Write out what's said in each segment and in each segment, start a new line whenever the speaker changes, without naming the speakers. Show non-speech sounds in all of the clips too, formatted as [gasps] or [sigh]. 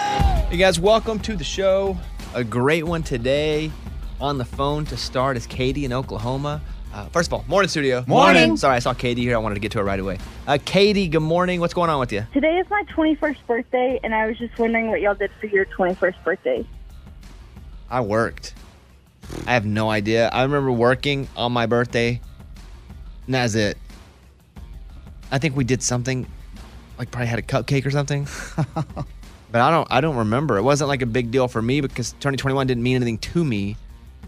guys, welcome to the show. A great one today. On the phone to start is Katie in Oklahoma. Uh, first of all, morning studio.
Morning. Morning.
Sorry, I saw Katie here. I wanted to get to her right away. Uh, Katie, good morning. What's going on with you?
Today is my 21st birthday, and I was just wondering what y'all did for your 21st birthday.
I worked. I have no idea. I remember working on my birthday, and that's it. I think we did something, like probably had a cupcake or [laughs] something. but I don't, I don't remember. It wasn't like a big deal for me because turning 21 didn't mean anything to me,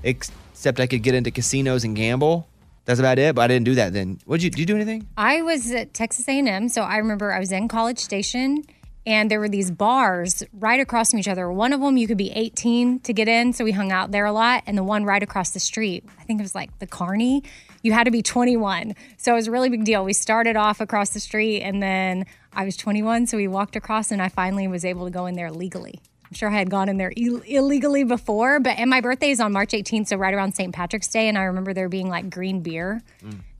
except I could get into casinos and gamble. That's about it. But I didn't do that then. What did you? Did you do anything?
I was at Texas A&M, so I remember I was in College Station and there were these bars right across from each other. One of them you could be 18 to get in, so we hung out there a lot, and the one right across the street, I think it was like the Carney, you had to be 21. So it was a really big deal. We started off across the street and then I was 21, so we walked across and I finally was able to go in there legally. I'm sure I had gone in there Ill- illegally before, but and my birthday is on March 18th, so right around St. Patrick's Day, and I remember there being like green beer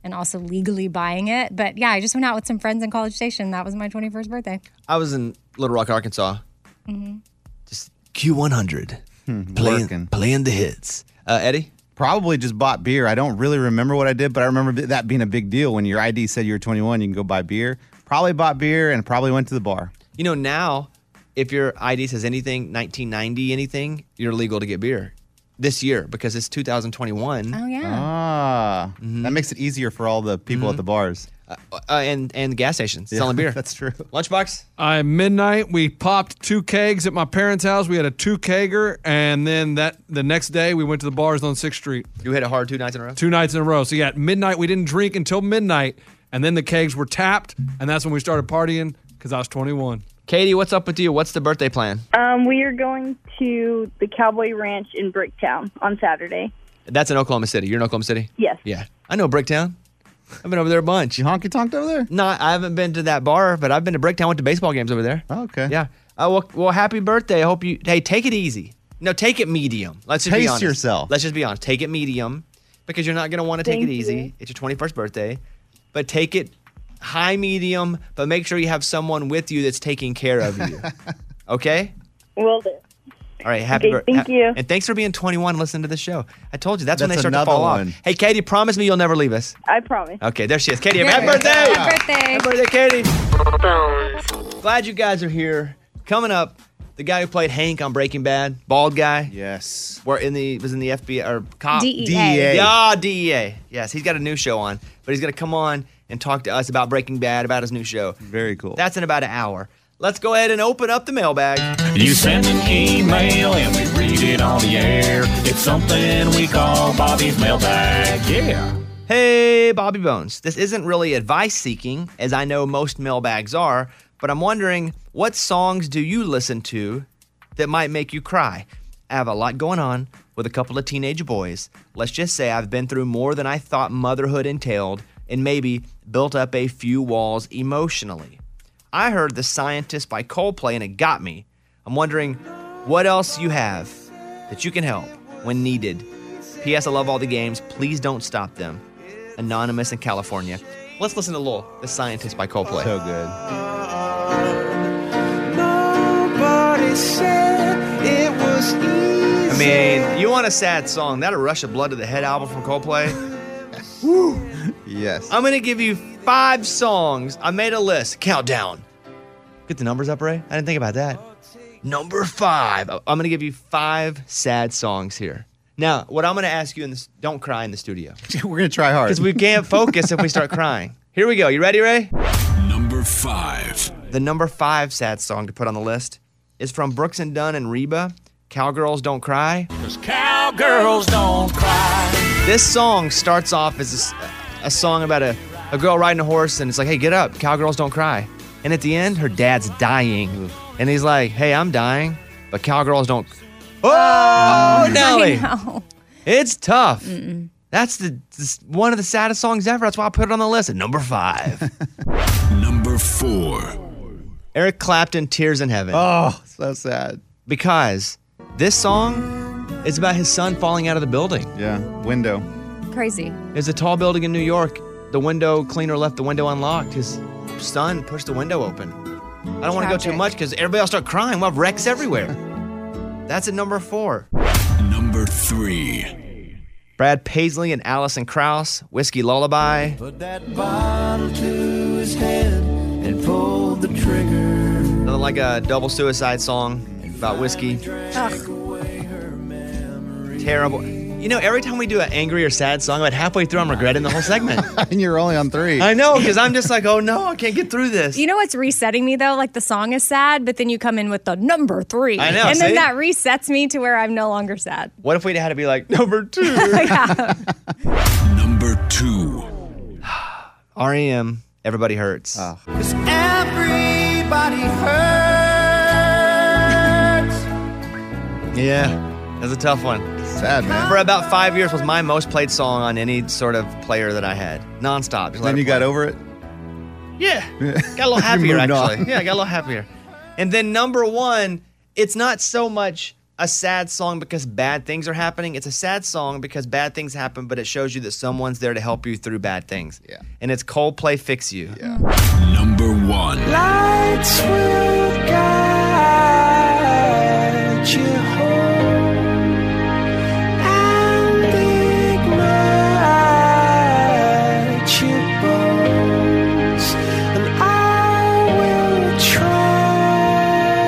and also legally buying it. But yeah, I just went out with some friends in College Station. That was my 21st birthday. Mm-hmm.
I was in Little Rock, Arkansas. Just Q100,
working.
playing, playing the hits. Uh, Eddie,
Probably just bought beer. I don't really remember what I did, but I remember that being a big deal when your ID said you were 21, you can go buy beer. Probably bought beer and probably went to the bar. [laughs]
you know now, if your ID says anything 1990 anything, you're legal to get beer this year because it's 2021.
Oh yeah.
Ah, that makes it easier for all the people at the bars.
Mm-hmm. uh, and and gas stations [laughs]
[laughs]
selling beer.
That's true.
Lunchbox.
I midnight we popped two kegs at my parents' house. We had a two kegger, and then that the next day we went to the bars on Sixth Street
You hit it hard two nights in a row.
two nights in a row. So yeah, at midnight we didn't drink until midnight, and then the kegs were tapped, and that's when we started partying because I was 21.
Katie, what's up with you? What's the birthday plan?
Um, we are going to the Cowboy Ranch in Bricktown on Saturday.
That's in Oklahoma City. You're in Oklahoma City.
Yes.
Yeah, I know Bricktown. I've been over there a bunch.
You honky tonked over there?
No, I haven't been to that bar, but I've been to Bricktown. Went to baseball games over there.
Oh, okay.
Yeah. Uh, well, well, happy birthday. I hope you. Hey, take it easy. No, take it medium. Let's just be
Pace
honest.
yourself.
Let's just be honest. Take it medium, because you're not gonna want to take
Thank
it easy.
you.
It's your 21st birthday, but take it high medium. But make sure you have someone with you that's taking care of
[laughs]
you. okay.
Will do.
All right, happy
Okay,
birthday.
thank you.
And thanks for being 21 listening to the show. I told you that's, when
That's
they start to
another
fall
one.
off. Hey, Katie, promise me you'll never leave us.
I promise.
Okay, there she is. Katie,
There we
happy
go.
birthday!
Happy birthday.
Happy birthday, Katie. Glad you guys are here. Coming up, the guy who played Hank on Breaking Bad, bald guy,
Yes. E
were in the was in the FBI or cop.
DEA.
DEA.
Yeah, DEA. Yes, he's got a new show on, but he's gonna come on and talk to us about Breaking Bad, about his new show.
Very cool.
That's in about an hour. Let's go ahead and open up the mailbag.
You send an email and we read it on the air. It's something we call Bobby's mailbag. Yeah.
Hey, Bobby Bones. This isn't really advice seeking, as I know most mailbags are, but I'm wondering what songs do you listen to that might make you cry? I have a lot going on with a couple of teenage boys. Let's just say I've been through more than I thought motherhood entailed and maybe built up a few walls emotionally. I heard The Scientist by Coldplay and it got me. I'm wondering what else you have that you can help when needed. P.S. I love all the games. Please don't stop them. Anonymous in California. Let's listen to Lowell, The Scientist by Coldplay.
so good.
I mean, you want a sad song? That a Rush of Blood to the Head album from Coldplay?
Yes.
I'm gonna give you five songs. I made a list. Countdown. Get the numbers up, Ray. I didn't think about that. Number five. I- I'm gonna give you five sad songs here. Now, what I'm gonna ask you in this, don't cry in the studio
We're going to try hard.
because we
[laughs]
can't focus if we start crying. Here we go. You ready, Ray?
Number five.
The number five sad song to put on the list is from Brooks and Dunn and Reba. Cowgirls Don't Cry.
Cause cowgirls don't cry.
This song starts off as a s- a, song about a, a girl riding a horse, and it's like, hey, get up, cowgirls don't cry. And at the end, her dad's dying. And he's like, hey, I'm dying, but cowgirls don't.
[laughs]
Oh, Nelly!
No.
It's tough. That's the this- one of the saddest songs ever. That's why I put it on the list at number five.
[laughs] Number four.
Eric Clapton, Tears in Heaven.
oh, so sad.
Because this song is about his son falling out of the building.
Yeah. Window.
Crazy.
There's a tall building in New York. The window cleaner left the window unlocked. His son pushed the window open. I don't want to go too
Tragic.
much because everybody else start crying. We'll have wrecks everywhere. That's at number four.
Number three.
Brad Paisley and Allison Krauss, Whiskey Lullaby.
Put that bottle to his head and pulled the trigger.
Nothing like a double suicide song about whiskey. Terrible. You know, every time we do an angry or sad song, about halfway through, I'm regretting the whole segment.
[laughs] and you're only on three.
I know, because I'm just like, oh no, I can't get through
[laughs]
this.
You know what's resetting me though? Like the song is sad, but then you come in with the number three.
I know,
And then
see?
that resets me to where I'm no longer sad.
What if we had to be like, number two?
yeah.
Number two.
[sighs] REM, E Everybody Hurts.
Ah.
Cause everybody hurts.
yeah, that's a tough one.
Sad, man.
For about five years, was my most played song on any sort of player that I had, nonstop. Just let
Then
it
you got
play.
over it. [laughs]
Yeah. Got a little happier,
moved on.
actually. Yeah, I got a little happier. And then number one, it's not so much a sad song because bad things are happening. It's a sad song because bad things happen, but it shows you that someone's there to help you through bad things.
Yeah.
And it's Coldplay Fix You. Yeah.
Number one.
Lights will guide you home. And ignite your bones. And I will try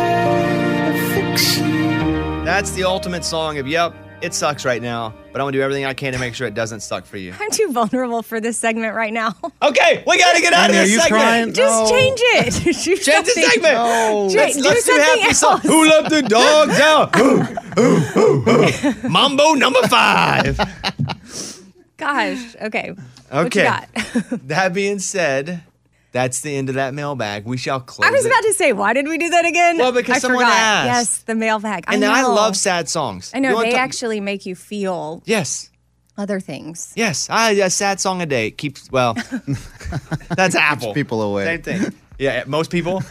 to fix you.
That's the ultimate song of, yep, it sucks right now, but I'm going to do everything I can to make sure it doesn't suck for you.
I'm too vulnerable for this segment right now. [laughs]
Okay, we got to get out of
Are
this
you
segment.
crying?
Just
No.
change it. [laughs] Do
Change the
something.
segment.
Ju-
Let's,
do
let's do
something
happy song.
else.
Who let the dogs
[laughs]
out? Ooh, ooh, ooh. Mambo number five.
Gosh. Okay. What you
Okay.
got?
[laughs] That being said, that's the end of that mailbag. We shall close.
I was
it.
about to say, why did we do that again?
Well, because
I
someone
forgot.
asked.
Yes, the mailbag.
And
I,
I
know.
love sad songs.
I
You
know
wanna
they
talk-
actually make you feel
Yes,
other things.
yes. I a sad song a day keeps well. that's Apple.
people away.
Same thing. Yeah, most people.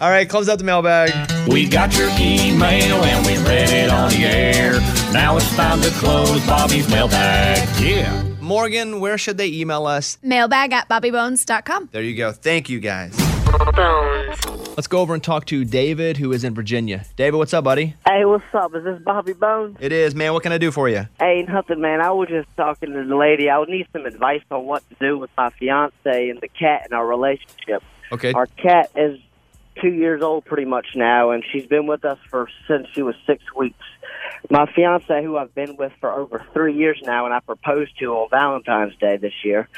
All right, close out the mailbag.
We got your email and we read it on the air. Now it's time to close Bobby's mailbag. Yeah.
Morgan, where should they email us?
Mailbag at bobbybones.com.
There you go. Thank you guys. Let's go over and talk to David, who is in Virginia. David, what's up, buddy?
Hey, what's up? Is this Bobby Bones?
It is, man. What can I do for you?
Hey, nothing, man. I was just talking to the lady. I would need some advice on what to do with my fiance and the cat in our relationship.
Okay.
Our cat is two years old, pretty much now, and she's been with us for since she was six weeks. My fiance, who I've been with for over three years now, and I proposed to on Valentine's Day this year.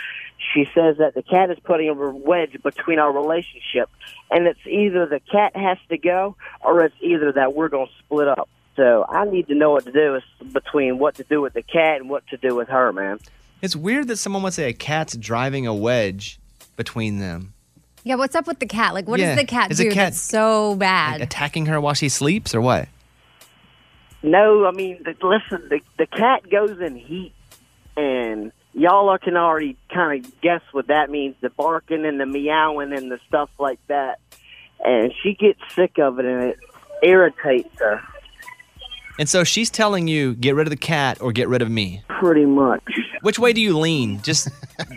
She says that the cat is putting a wedge between our relationship, and it's either the cat has to go or it's either that we're going to split up. So I need to know what to do is between what to do with the cat and what to do with her, man.
It's weird that someone would say a cat's driving a wedge between them.
Yeah, what's up with the cat? Like, what does
Yeah.
the cat
Is the
do
cat-
that's so bad?
Attacking her while she sleeps or what?
No, I mean, the, listen, the, the cat goes in heat, and y'all are can already kind of guess what that means the barking and the meowing and the stuff like that. And she gets sick of it, and it irritates her
And so she's telling you, get rid of the cat or get rid of me.
pretty much.
Which way do you lean? Just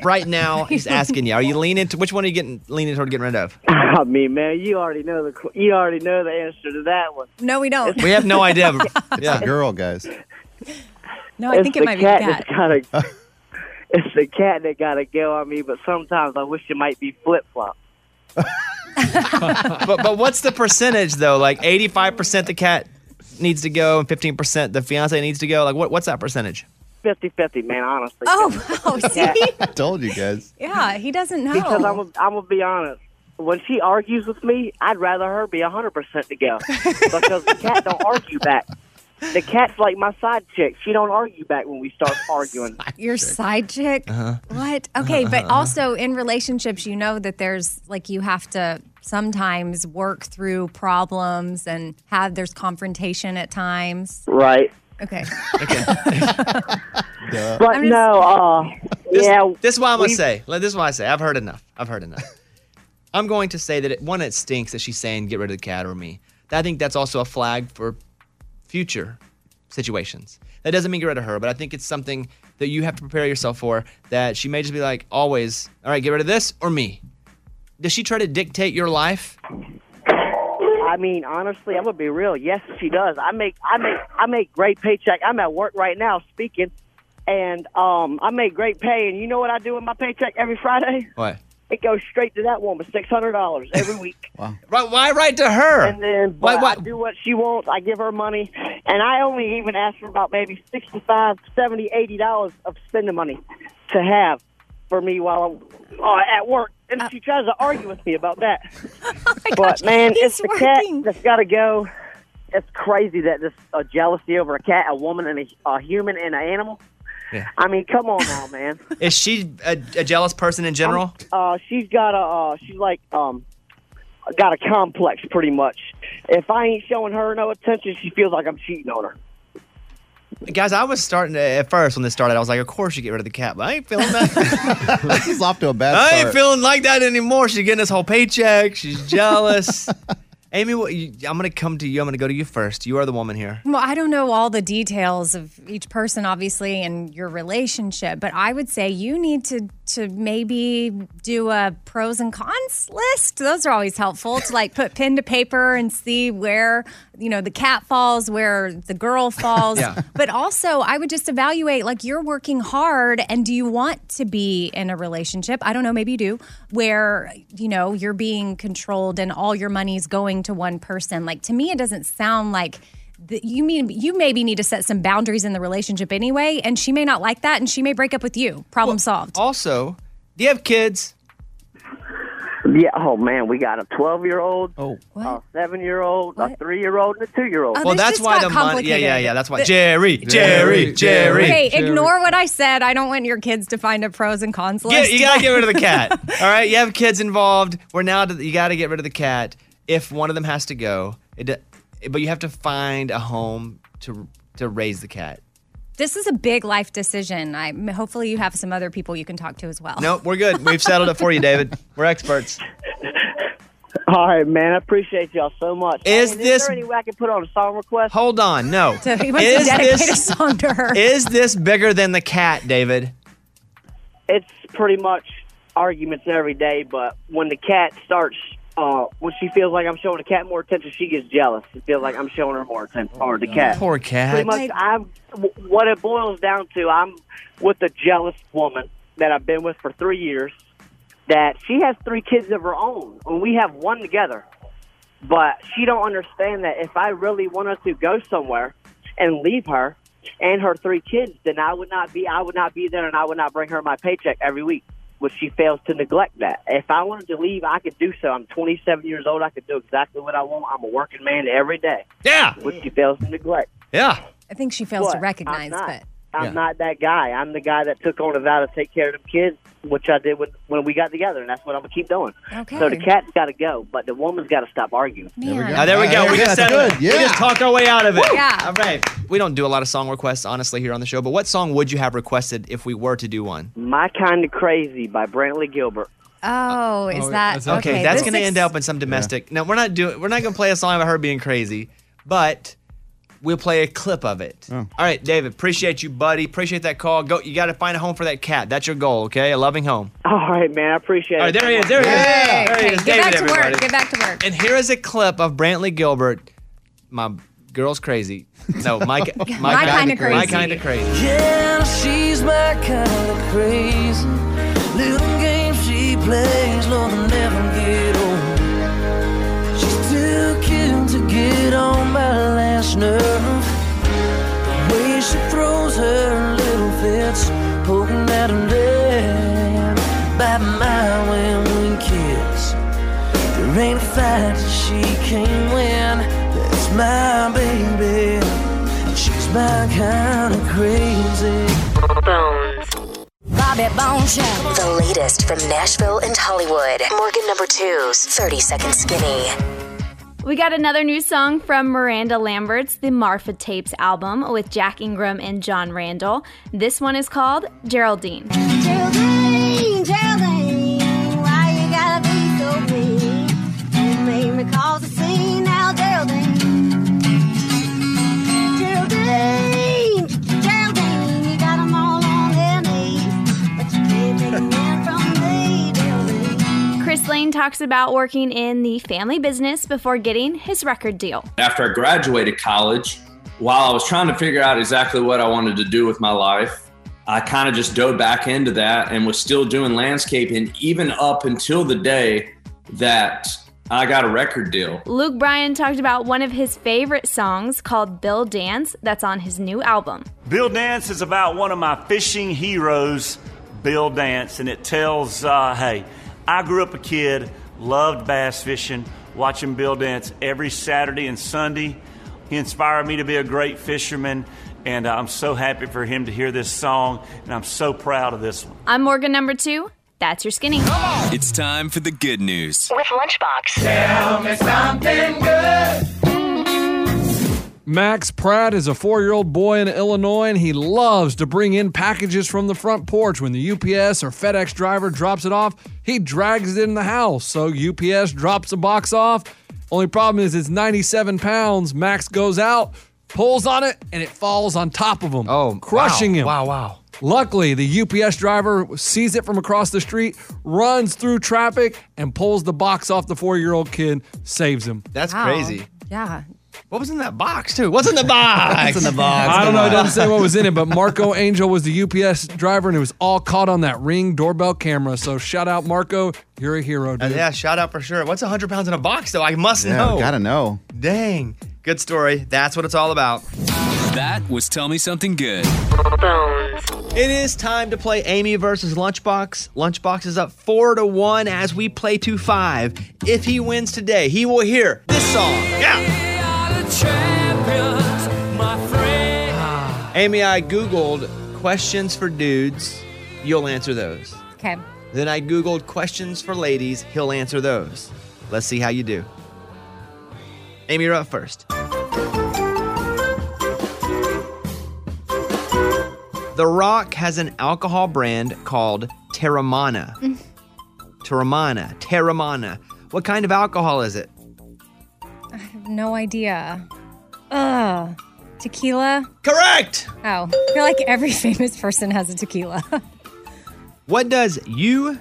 right now, he's asking you. Are you leaning to which one are you getting leaning toward getting rid of?
[laughs] I mean, man, you already know the you already know the answer to that one.
no, we don't.
We have no
[laughs]
idea. yeah.
Girl, guys.
No, I think it
the
might be
cat
the cat.
that's gotta, it's the cat that gotta go on me. But sometimes I wish it might be flip flop.
But but what's the percentage though? Like 85% the cat needs to go and 15% the fiance needs to go. Like what what's that percentage?
50-50, man. Honestly,
[laughs] Oh, wow. See?
I told you guys.
Yeah, he doesn't know.
because I'm i I'm gonna be honest. When she argues with me, I'd rather her be 100% to
[laughs]
go because the cat don't argue back. The cat's like my side chick. She don't argue back when we start arguing.
Your side chick? What? Okay, but
Uh-huh.
also in relationships, you know that there's like you have to sometimes work through problems and have there's confrontation at times.
Right.
Okay.
But
I'm just-
no, uh, yeah.
[laughs] This is why I'm gonna
we-
say. like, This is why I say. I've heard enough. I've heard enough. [laughs] I'm going to say that it, one, it stinks that she's saying get rid of the cat or me. I think that's also a flag for future situations. That doesn't mean get rid of her, but I think it's something that you have to prepare yourself for. That she may just be like, always, all right, get rid of this or me. Does she try to dictate your life?
I I mean, honestly, I'm gonna be real. Yes, she does. I make I make I make great paycheck. I'm at work right now speaking, and um, I make great pay. And you know what I do with my paycheck every Friday?
What?
It goes straight to that woman, six hundred dollars every week.
Right, why write to her?
And then
Why-
but
why-
I do what she wants. I give her money, and I only even ask for about maybe sixty-five, seventy, eighty dollars of spending money to have for me while I'm uh, at work. And she tries to argue with me about
[laughs]
that.
Oh
but man, it's the cat that's got to go. It's crazy that this uh, jealousy over a cat, a woman, and a, a human and an animal.
Yeah.
I mean, come on now, man.
Is she a, a jealous person in general?
Uh, she's got a uh, she's like um got a complex pretty much. If I ain't showing her no attention, she feels like I'm cheating on her.
Guys, I was starting to, at first when this started, I was like, of course you get rid of the cat, but I ain't feeling that.
[laughs] this is off to a bad
I
start.
ain't feeling like that anymore. She's getting this whole
[laughs]
paycheck. She's jealous. Amy, what, you, I'm going to come to you. I'm going to go to you first. You are the woman here.
Well, I don't know all the details of each person, obviously, and your relationship, but I would say you need to to maybe do a pros and cons list. Those are always helpful to like put pen to paper and see where you know the cat falls, where the girl falls.
Yeah.
But also, I would just evaluate like you're working hard, and do you want to be in a relationship? I don't know, maybe you do, where you know you're being controlled and all your money's going to one person. Like to me, it doesn't sound like that you mean you maybe need to set some boundaries in the relationship anyway and she may not like that and she may break up with you problem solved
Also, do you have kids?
Yeah. Oh man, we got a 12 year old,
Oh.
a seven year old, a
What?
three year old, and a two year old.
Oh,
Well,
this
that's
just
why
got
the money. Yeah, yeah,
complicated.
yeah. That's why.
The-
Jerry, Jerry,
Jerry,
Jerry.
Jerry.
okay ignore what i said i don't want your kids to find a pros and cons
Get-
list
you gotta get rid of
[laughs]
the cat. All right, you have kids involved. We're now to, you gotta get rid of the cat. If one of them has to go, it, d- but you have to find a home to to raise the cat.
this is a big life decision i hopefully you have some other people you can talk to as well
Nope, we're good. We've settled it for you, David. We're experts.
All right, man. I appreciate y'all so much.
Is
Hey,
this-
is there any way I can put on a song request?
Hold on, no.
so [laughs] he wants to
Is
dedicate
this-
a song to her
Is this bigger than the cat, David?
It's pretty much arguments every day, but when the cat starts. Uh, when she feels like I'm showing the cat more attention, she gets jealous. She feels like I'm showing her more attention, or the cat.
Oh, Poor cat.
pretty much I'm w- what it boils down to. I'm with a jealous woman that I've been with for three years. That she has three kids of her own, and we have one together. But she don't understand that if I really wanted to go somewhere and leave her and her three kids, then I would not be I would not be there, and I would not bring her my paycheck every week. Which she fails to neglect that. If I wanted to leave, I could do so. I'm 27 years old. I could do exactly what I want. I'm a working man every day,
Yeah,
which she fails to neglect.
yeah.
i think she fails to
But I'm
recognize
not.
but
I'm
Yeah.
not that guy. I'm the guy that took on a vow to take care of them kids, which I did when, when we got together, and that's what I'm gonna keep doing.
Okay.
So the cat's got to go, but the woman's got to stop arguing.
man
Now, Uh, there we go.
Yeah,
we just
that's
settled
good.
it. We
Yeah.
just talked our way out of it.
Yeah.
All right. We don't do a lot of song requests, honestly, here on the show. But what song would you have requested if we were to do one?
My kind of crazy by Brantley Gilbert. [laughs]
oh is
Oh,
that
that's-
Okay,
this
that's going to
ex-
end up in some domestic. No, we're not doing. We're not going to play a song about her being crazy, but we'll play a clip of it. All right, David. Appreciate you, buddy. Appreciate that call. Go. You got to find a home for that cat. That's your goal. Okay, a loving home.
All right, man, I appreciate
All right,
it.
there he is. There he
Okay,
is. There he
okay,
is.
get
David,
back to
everybody.
work get back to work
And here is a clip of Brantley Gilbert. My girl's crazy. No, [laughs] my ca- my,
My kinda
My
crazy.
kind of crazy.
Yeah, she's my kind of crazy. Little game she plays, Lord, I'll never get old. She's too cute to get on my last nerve. The way she throws her little fits, poking at her leg by my winning kiss. There ain't a fight that she can't win. That's my baby. She's my kind of crazy.
Bobby Bones Show. The latest from Nashville and Hollywood. Morgan number two's 30 Second Skinny.
We got another new song from Miranda Lambert's The Marfa Tapes album with Jack Ingram and John Randall. This one is called Geraldine.
Geraldine, Geraldine, why you gotta be so mean? You made me cause a scene now, Geraldine. Geraldine, Geraldine, you got 'em all on their knees, but you can't take 'em in from me, Geraldine.
Chris Lane
talks about working in the family business before getting his record deal.
After I graduated college, while I was trying to figure out exactly what I wanted to do with my life, I kind of just dove back into that and was still doing landscaping, even up until the day that I got a record deal.
Luke Bryan talked about one of his favorite songs called Bill Dance that's on his new album.
Bill Dance is about one of my fishing heroes, Bill Dance, and it tells, uh, hey, I grew up a kid, loved bass fishing, watching Bill Dance every Saturday and Sunday. He inspired me to be a great fisherman, and uh, I'm so happy for him to hear this song, and I'm so proud of this one.
I'm Morgan number two. That's your skinny.
It's time for the good news.
With Lunchbox.
Tell me something good.
Max Pratt is a four year old boy in Illinois and he loves to bring in packages from the front porch. When the UPS or FedEx driver drops it off, he drags it in the house. So UPS drops the box off. Only problem is it's 97 pounds. Max goes out, pulls on it, and it falls on top of him. Oh, crushing
wow.
him.
Wow, wow.
Luckily, the UPS driver sees it from across the street, runs through traffic, and pulls the box off the four year old kid, saves him.
That's
Wow.
crazy.
Yeah.
What was in that box, too? What's in the box?
What's in the box? I don't know. It doesn't say what was in it, but Marco Angel was the UPS driver, and it was all caught on that ring doorbell camera. So shout out, Marco. You're a hero,
Uh,
dude.
yeah, shout out for sure. What's 100 pounds in a box, though? I must know.
know.
Dang. Good story. That's what it's all about.
That was Tell Me Something Good.
It is time to play Amy versus Lunchbox. Lunchbox is up four to one as we play to five. If he wins today, he will hear this song. Yeah. Amy, I Googled questions for dudes. You'll answer those.
Okay.
Then I Googled questions for ladies. He'll answer those. Let's see how you do. Amy, you're up first. The Rock has an alcohol brand called
[laughs]
Terramana. Terramana. Terramana. What kind of alcohol is it?
I have no idea. Ugh. Tequila?
Correct!
Oh. I feel like every [laughs] famous person has a tequila.
What does UFC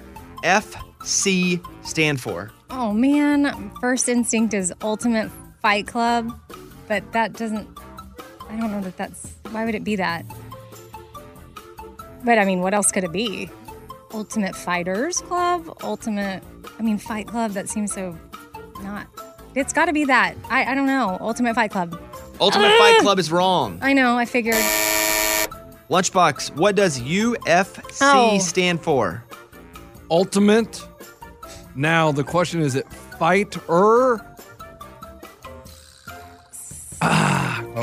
stand for?
oh man. First instinct is ultimate fight club, but that doesn't I don't know that that's why would it be that? But I mean, what else could it be? Ultimate Fighters Club? Ultimate I mean Fight Club that seems so not it's got to be that. I, I don't know. Ultimate Fight Club.
Ultimate
Ah!
Fight Club is wrong.
I know. I figured.
Lunchbox, what does UFC
Oh.
stand for?
Ultimate. Now, the question is it er? fighter?
Oh,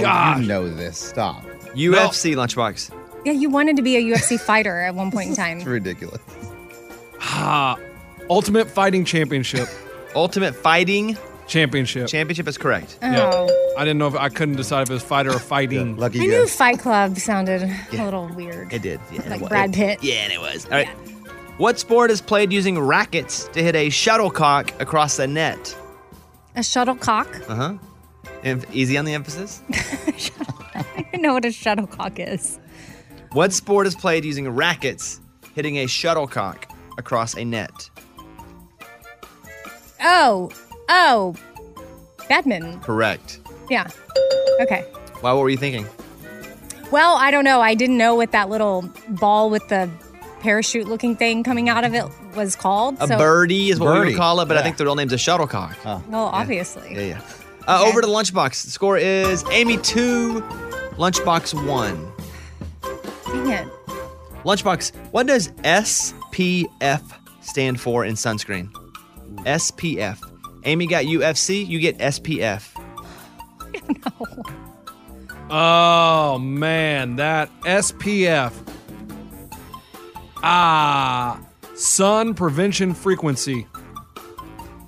Gosh.
you know this. Stop.
UFC lunchbox.
Yeah, you wanted to be a UFC [laughs] fighter at one point in time.
ridiculous.
Ah, Ultimate Fighting Championship.
[laughs] Ultimate Fighting
Championship.
Championship is correct.
Oh.
I didn't know if I couldn't decide if it was fighter or fighting.
Lucky
I knew Fight Club sounded a little weird.
It did. Yeah,
Like
it wa-
Brad
it-
Pitt.
yeah, and it was. All right. What sport is played using rackets to hit a shuttlecock across the net?
A shuttlecock.
Uh huh. easy on the
[laughs]
emphasis.
I don't know what a shuttlecock is.
What sport is played using rackets hitting a shuttlecock across a net?
Oh, oh, badminton.
Correct.
Yeah. Okay.
Wow, what were you thinking?
Well, I don't know. I didn't know what that little ball with the parachute-looking thing coming out of it was called.
A
so-
birdie is what we
Birdie.
would call it, but I
Yeah.
think the real name's a shuttlecock.
Well, obviously.
Yeah, yeah. Uh, Over to Lunchbox. The score is Amy 2, Lunchbox 1.
Dang it.
Lunchbox, what does SPF stand for in sunscreen? SPF. Amy got UFC, you get SPF.
Oh man, that SPF. Ah, sun prevention frequency.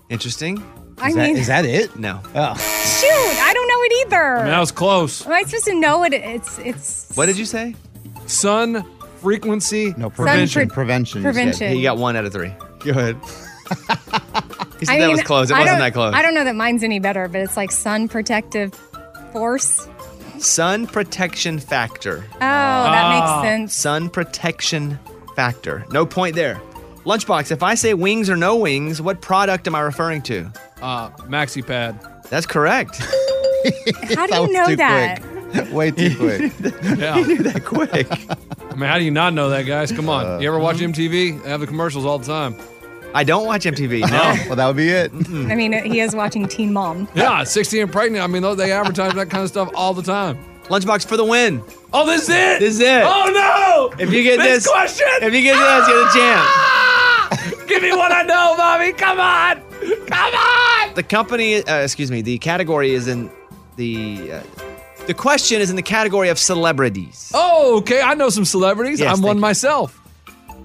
Interesting.
I Is that- mean- is that
it? No. Oh.
Shoot, I don't know it either.
I mean, that was close.
Am I supposed to know what it, it's? It's
What did you say? [laughs]
Sun frequency.
No,
prevention. pre-
prevention.
you said. prevention.
He got one out of three. Go ahead. he said
I
that
mean,
was close. It
I
wasn't
don't-
that close.
I don't know that mine's any better, but it's like sun protective force.
Sun protection factor.
Oh, that makes sense.
Sun protection factor. No point there. Lunchbox, if I say wings or no wings, what product am I referring to?
Uh, Maxi Pad.
That's correct.
How do you know that?
Way too quick.
yeah.
He knew that quick. Uh, hmm.
I mean, how do you not know that, guys? Come on. you ever watch MTV? They have the commercials all the time.
I don't watch MTV. No.
[laughs]
well, that would be it.
I mean, he is watching Teen Mom.
Yeah, 60 and pregnant. I mean, they advertise that kind of stuff all the time.
Lunchbox for the win.
Oh, this is it?
This is it.
Oh, no!
If you get
this,
this-
question!
if you get this, you're the champ.
champ. Give me what I know, Bobby. Come on. Come on.
The company, uh, excuse me, the category is in the. Uh, the question is in the category of celebrities.
Oh, okay. I know some celebrities.
Yes,
I'm
thank
one myself.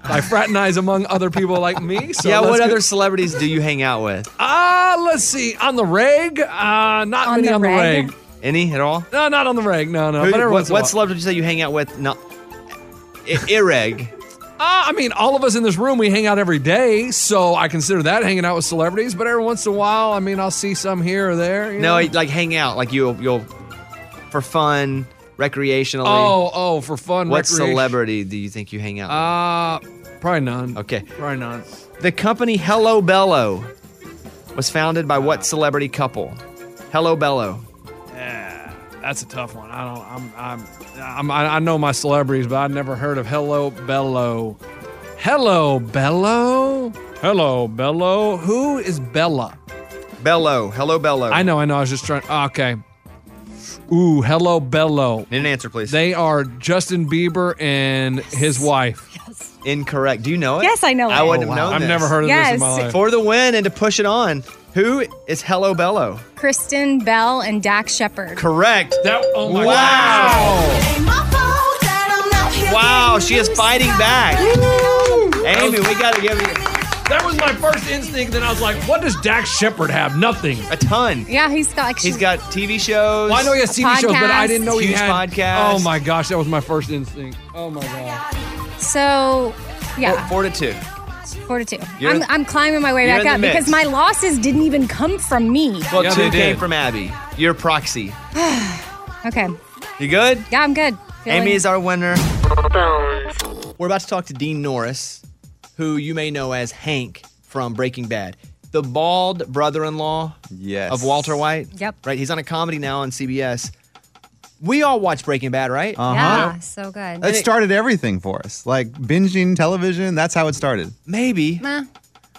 I fraternize among other people like me. So
yeah,
let's
what
go-
other celebrities do you hang out with?
Ah, let's see. On the reg? Uh, not
On
many
the
on
reg?
the reg.
Any at all?
No, not on the reg. No, no.
Who-
but every once
what
in a
what
while.
celeb did you say you hang out with? No, I- Ireg.
Uh, I mean, all of us in this room, we hang out every day, so I consider that hanging out with celebrities. But every once in a while, I mean, I'll see some here or there. you
no,
know?
like hang out, like you'll you'll for fun, recreationally.
oh, oh, for fun.
what
recreation.
celebrity do you think you hang out? with?
Uh, probably none.
Okay.
Probably none.
The company Hello Bello was founded by what celebrity couple? Hello Bello.
Yeah, that's a tough one. I don't. I'm. I'm. I'm I I know my celebrities, but I never heard of Hello Bello. Hello Bello. Hello Bello. Who is Bella?
Bello. Hello Bello.
I know. I know. I was just trying. ah, Okay. Ooh, Hello Bello.
Need an answer, please.
They are Justin Bieber and his wife.
Incorrect. Do you know it?
Yes, I know
I
it.
wouldn't
Oh,
have
wow.
known.
I've
this.
never heard of this in my
Yes.
life.
For the win and to push it on, who is Hello Bello?
Kristen Bell and Dak Shepard.
Correct.
That, oh my
wow.
Wow.
Wow, Oh, she is fighting back. Amy, we gotta give you
That was my first instinct. Then I was like, what does Dax Shepard have? Nothing.
a ton.
Yeah, he's got like
He's got TV shows.
Well, I know he has TV shows, but I didn't know he
Huge
had
podcast.
Oh my gosh, that was my first instinct. Oh my god.
so yeah,
Oh, Four to two.
four to two.
You're
I'm,
in-
I'm climbing my way
you're
back
in the
up
mix.
because my losses didn't even come from me.
Well,
Yeah,
two
they
came
did.
from Abby. Your proxy.
Okay,
You good?
yeah, I'm good. Feeling-
Amy is our winner. We're about to talk to Dean Norris, who you may know as Hank from Breaking Bad, the bald brother-in-law
Yes.
of Walter White.
Yep.
Right. He's on a comedy now on CBS. We all watch Breaking Bad, right?
Uh huh.
Uh-huh.
yeah, so good.
It started everything for us. Like binging television, that's how it started.
Maybe.
Meh.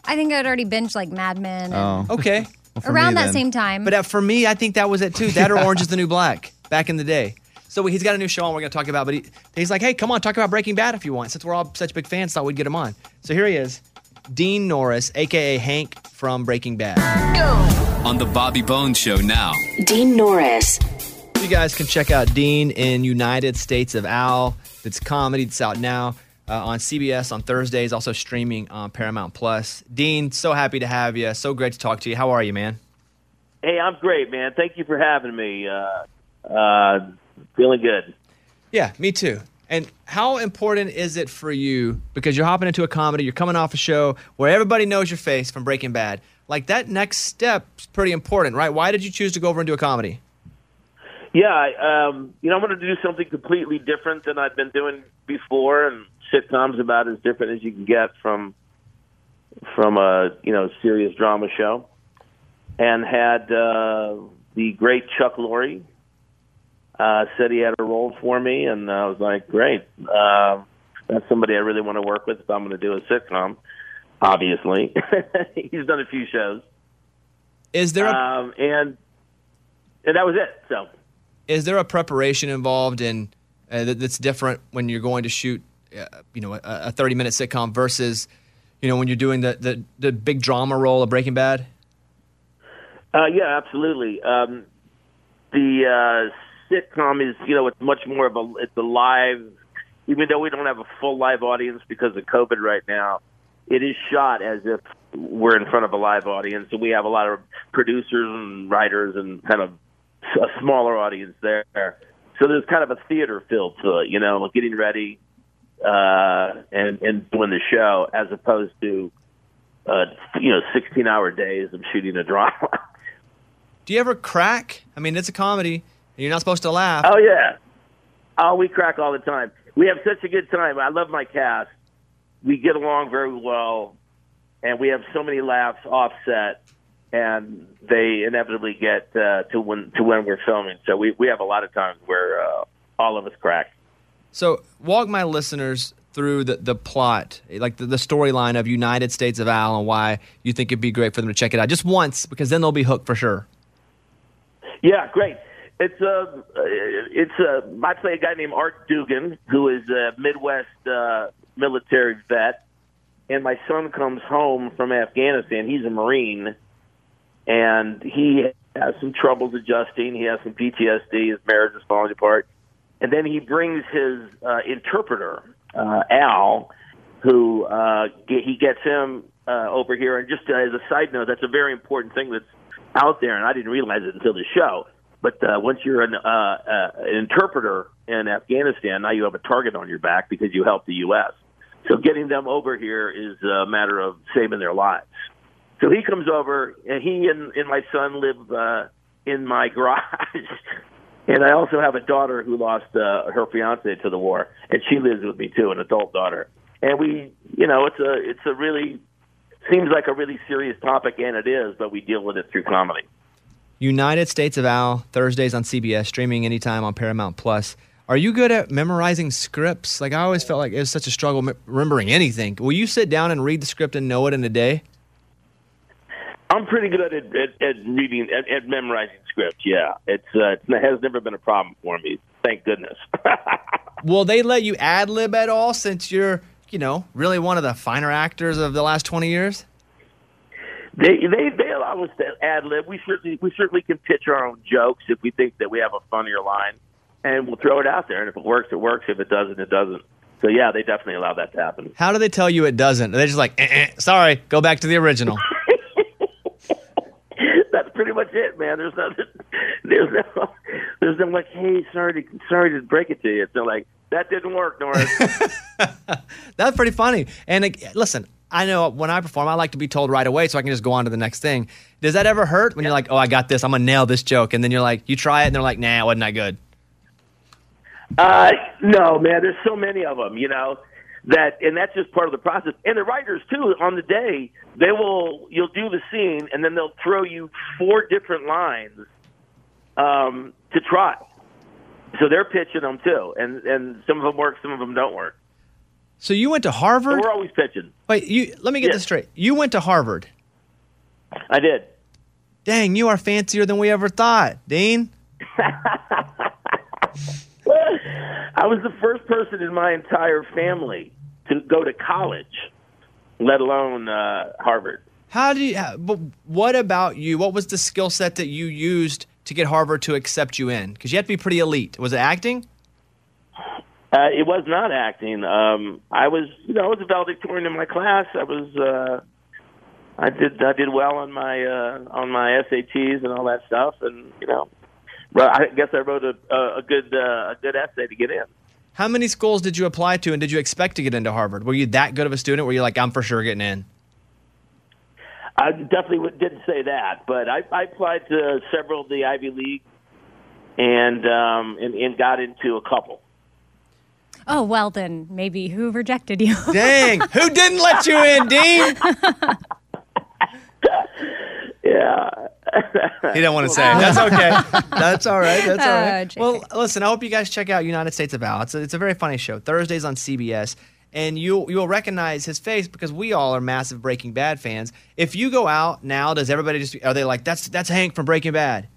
I think I'd already binged like Mad Men and-
Oh.
Okay.
for
around
me
that
then.
same time.
But uh, for me, I think that was it too. That or Orange is the New Black back in the day. So he's got a new show on we're going to talk about. But he, he's like, hey, come on, talk about Breaking Bad if you want. Since we're all such big fans, thought we'd get him on. So here he is, Dean Norris, aka Hank from Breaking Bad.
On the Bobby Bones Show now.
Dean Norris.
You guys can check out Dean in United States of Al. It's comedy. It's out now uh, on CBS on Thursdays. Also streaming on Paramount Plus. Dean, so happy to have you. So great to talk to you. How are you, man?
Hey, I'm great, man. Thank you for having me. Uh, uh, feeling good.
Yeah, me too. And how important is it for you because you're hopping into a comedy, you're coming off a show where everybody knows your face from Breaking Bad? Like that next step's pretty important, right? Why did you choose to go over and do a comedy?
Yeah, I, um, you know, I wanted to do something completely different than I'd been doing before, and sitcoms about as different as you can get from from a you know serious drama show. And had uh, the great Chuck Lorre uh, said he had a role for me, and I was like, great, uh, that's somebody I really want to work with. If I'm going to do a sitcom, obviously, [laughs] he's done a few shows.
Is there a,
um, and and that was it. So
Is there a preparation involved in uh, that, that's different when you're going to shoot, uh, you know, a, a 30 minute sitcom versus, you know, when you're doing the, the, the big drama role of Breaking Bad?
Uh, yeah, absolutely. Um, the uh, sitcom is, you know, it's much more of a it's a live. Even though we don't have a full live audience because of COVID right now, it is shot as if we're in front of a live audience, and we have a lot of producers and writers and kind of a smaller audience there. So there's kind of a theater feel to it, you know, getting ready uh, and and doing the show as opposed to uh, you know 16 hour days of shooting a drama.
Do you ever crack? I mean, it's a comedy and you're not supposed to laugh.
Oh yeah. Oh, we crack all the time. We have such a good time. I love my cast. we get along very well, and we have so many laughs offset, and they inevitably get uh, to when to when we're filming. So we we have a lot of times where uh, all of us crack.
So walk my listeners through the, the plot, like the, the storyline of United States of Al and why you think it'd be great for them to check it out just once, because then they'll be hooked for sure.
Yeah, great. It's a it's a I play a guy named Art Dugan who is a Midwest uh, military vet, and my son comes home from Afghanistan. He's a Marine, and he has some troubles adjusting. He has some PTSD. His marriage is falling apart, and then he brings his uh, interpreter uh, Al, who uh, get, he gets him uh, over here. And just as a side note, that's a very important thing that's out there, and I didn't realize it until the show. But uh, once you're an, uh, uh, an interpreter in Afghanistan, now you have a target on your back because you helped the U.S. So getting them over here is a matter of saving their lives. So he comes over, and he and, and my son live uh, in my [laughs] garage. And I also have a daughter who lost uh, her fiance to the war, and she lives with me too, an adult daughter. And we, you know, it's a it's a really seems like a really serious topic, and it is, but we deal with it through comedy.
United States of Al, Thursdays on CBS, streaming anytime on Paramount Plus. Are you good at memorizing scripts? Like I always felt like it was such a struggle me- remembering anything. Will you sit down and read the script and know it in a day?
I'm pretty good at at, at reading at, at memorizing scripts. Yeah, it's uh, it's- it has never been a problem for me. Thank goodness.
Will they let you ad lib at all since you're, you know, really one of the finer actors of the last 20 years?
They they they allow us to ad lib. We certainly we certainly can pitch our own jokes if we think that we have a funnier line, and we'll throw it out there. And if it works, it works. If it doesn't, it doesn't. So yeah, they definitely allow that to happen.
How do they tell you it doesn't? They're just like, eh, eh, sorry, go back to the original.
[laughs] That's pretty much it, man. There's nothing. [laughs] There's no. There's no like, hey, sorry to sorry to break it to you. It's not like that didn't work, Norris.
That's pretty funny. And like, listen, I know when I perform, I like to be told right away so I can just go on to the next thing. Does that ever hurt when you're like, oh, I got this, I'm gonna nail this joke, and then you're like, you try it, and they're like, nah, wasn't that good?
Uh, no, man. There's so many of them, you know. That and that's just part of the process. And the writers too. On the day, they will you'll do the scene, and then they'll throw you four different lines um, to try. So they're pitching them too, and and some of them work, some of them don't work.
So you went to
So
Harvard?
we're always pitching.
Wait, you let me get this straight. You went to Harvard.
I did.
Dang, you are fancier than we ever thought, Dean.
[laughs] I was the first person in my entire family to go to college, let alone uh, Harvard.
How do you? how- But what about you? What was the skill set that you used to get Harvard to accept you in? Because you had to be pretty elite. Was it acting?
Uh, it was not acting. Um, I was, you know, I was a valedictorian in my class. I was, uh, I did, I did well on my uh, on my SATs and all that stuff, and you know, well, I guess I wrote a, a a good uh, a good essay to get in.
How many schools did you apply to, and did you expect to get into Harvard? Were you that good of a student? Were you like, I'm for sure getting in?
I definitely would- didn't say that, but I, I applied to several of the Ivy League, and um, and, and got into a couple.
Oh, well, then maybe who rejected you? [laughs]
Dang, who didn't let you in, Dean?
Yeah.
He didn't want to say. That's okay. That's all right. That's all
Oh,
right. well, listen. I hope you guys check out United States of Al. It's a, it's a very funny show. Thursdays on CBS, and you you will recognize his face because we all are massive Breaking Bad fans. If you go out now, does everybody just are they like that's that's Hank from Breaking Bad?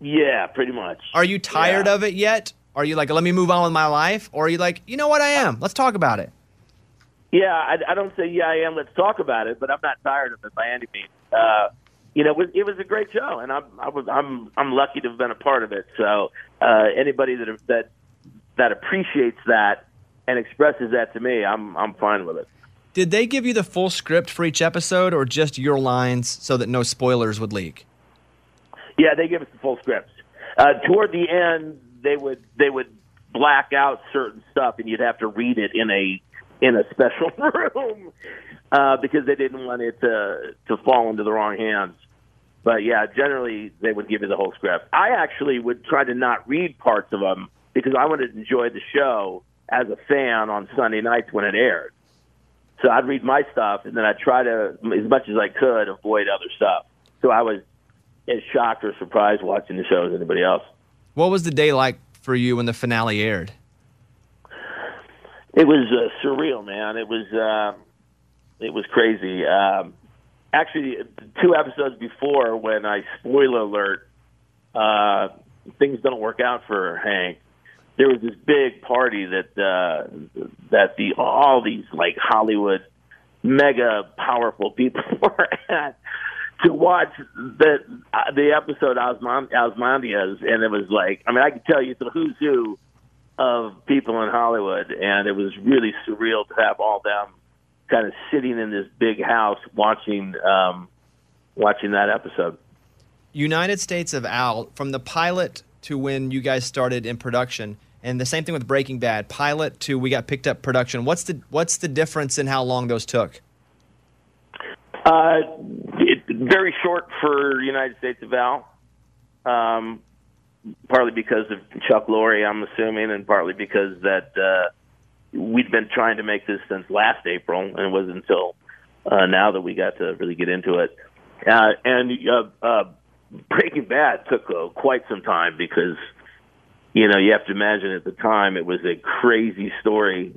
Yeah, pretty much.
Are you tired of it yet? Are you like let me move on with my life, or are you like you know what I am? Let's talk about it.
Yeah, I, I don't say yeah I am. Let's talk about it, but I'm not tired of it by any means. Uh, you know, it was, it was a great show, and I'm I was I'm I'm lucky to have been a part of it. So uh, anybody that that that appreciates that and expresses that to me, I'm I'm fine with it.
Did they give you the full script for each episode, or just your lines so that no spoilers would leak?
Yeah, they give us the full scripts. Uh, toward the end, they would they would black out certain stuff, and you'd have to read it in a in a special room uh, because they didn't want it to to fall into the wrong hands. But yeah, generally they would give you the whole script. I actually would try to not read parts of them because I wanted to enjoy the show as a fan on Sunday nights when it aired. So I'd read my stuff, and then I'd try to, as much as I could, avoid other stuff. So I was as shocked or surprised watching the show as anybody else.
What was the day like for you when the finale aired?
It was uh, surreal, man. It was um it was crazy. Um, actually, two episodes before, when I spoiler alert, uh, things don't work out for Hank. There was this big party that uh, that the all these like Hollywood mega powerful people [laughs] were at to watch the uh, the episode Osmond, Osmondias, and it was like I mean I could tell you the who's who of people in Hollywood, and it was really surreal to have all them kind of sitting in this big house watching um, watching that episode.
United States of Al, from the pilot to when you guys started in production, and the same thing with Breaking Bad, pilot to we got picked up production. What's the what's the difference in how long those took?
Uh, it, very short for United States of Al, um, partly because of Chuck Lorre, I'm assuming, and partly because that uh, we'd been trying to make this since last April, and it wasn't until uh, now that we got to really get into it. Uh, and uh, uh, Breaking Bad took uh, quite some time because, you know, you have to imagine at the time it was a crazy story,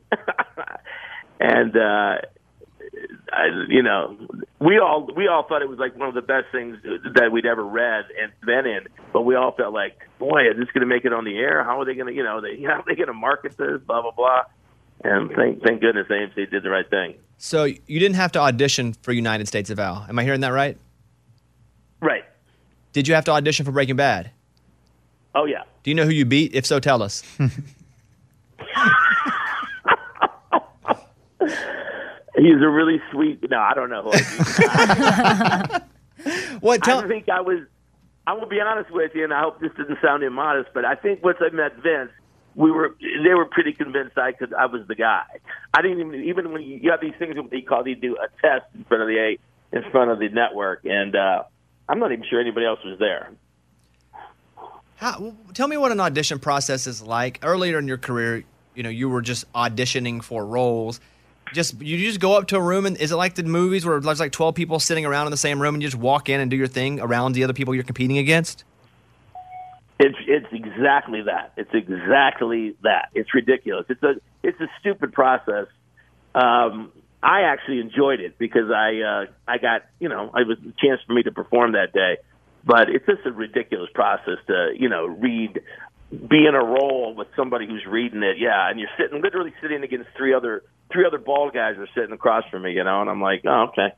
[laughs] and uh, I, you know, we all we all thought it was like one of the best things that we'd ever read and been in, but we all felt like, boy, is this going to make it on the air? How are they going to, you know, they, [laughs] how are they going to market this? Blah blah blah. And thank thank goodness AMC did the right thing.
So you didn't have to audition for United States of Al. Am I hearing that right?
Right.
Did you have to audition for Breaking Bad?
Oh yeah.
Do you know who you beat? If so, tell us. [laughs]
He's a really sweet. No, I don't know. Who I
what?
I think I was. I will be honest with you, and I hope this didn't sound immodest, but I think once I met Vince, we were they were pretty convinced I could I was the guy. I didn't even even when you, you have these things what they call they do a test in front of the in front of the network, and uh, I'm not even sure anybody else was there.
How, tell me what an audition process is like. Earlier in your career, you know, you were just auditioning for roles. Just you just go up to a room, and is it like the movies where there's like 12 people sitting around in the same room, and you just walk in and do your thing around the other people you're competing against?
It's it's exactly that. It's exactly that. It's ridiculous. It's a it's a stupid process. Um, I actually enjoyed it because I uh, I got you know it was a chance for me to perform that day, but it's just a ridiculous process to you know read be in a role with somebody who's reading it yeah and you're sitting literally sitting against three other three other bald guys are sitting across from me you know and I'm like oh okay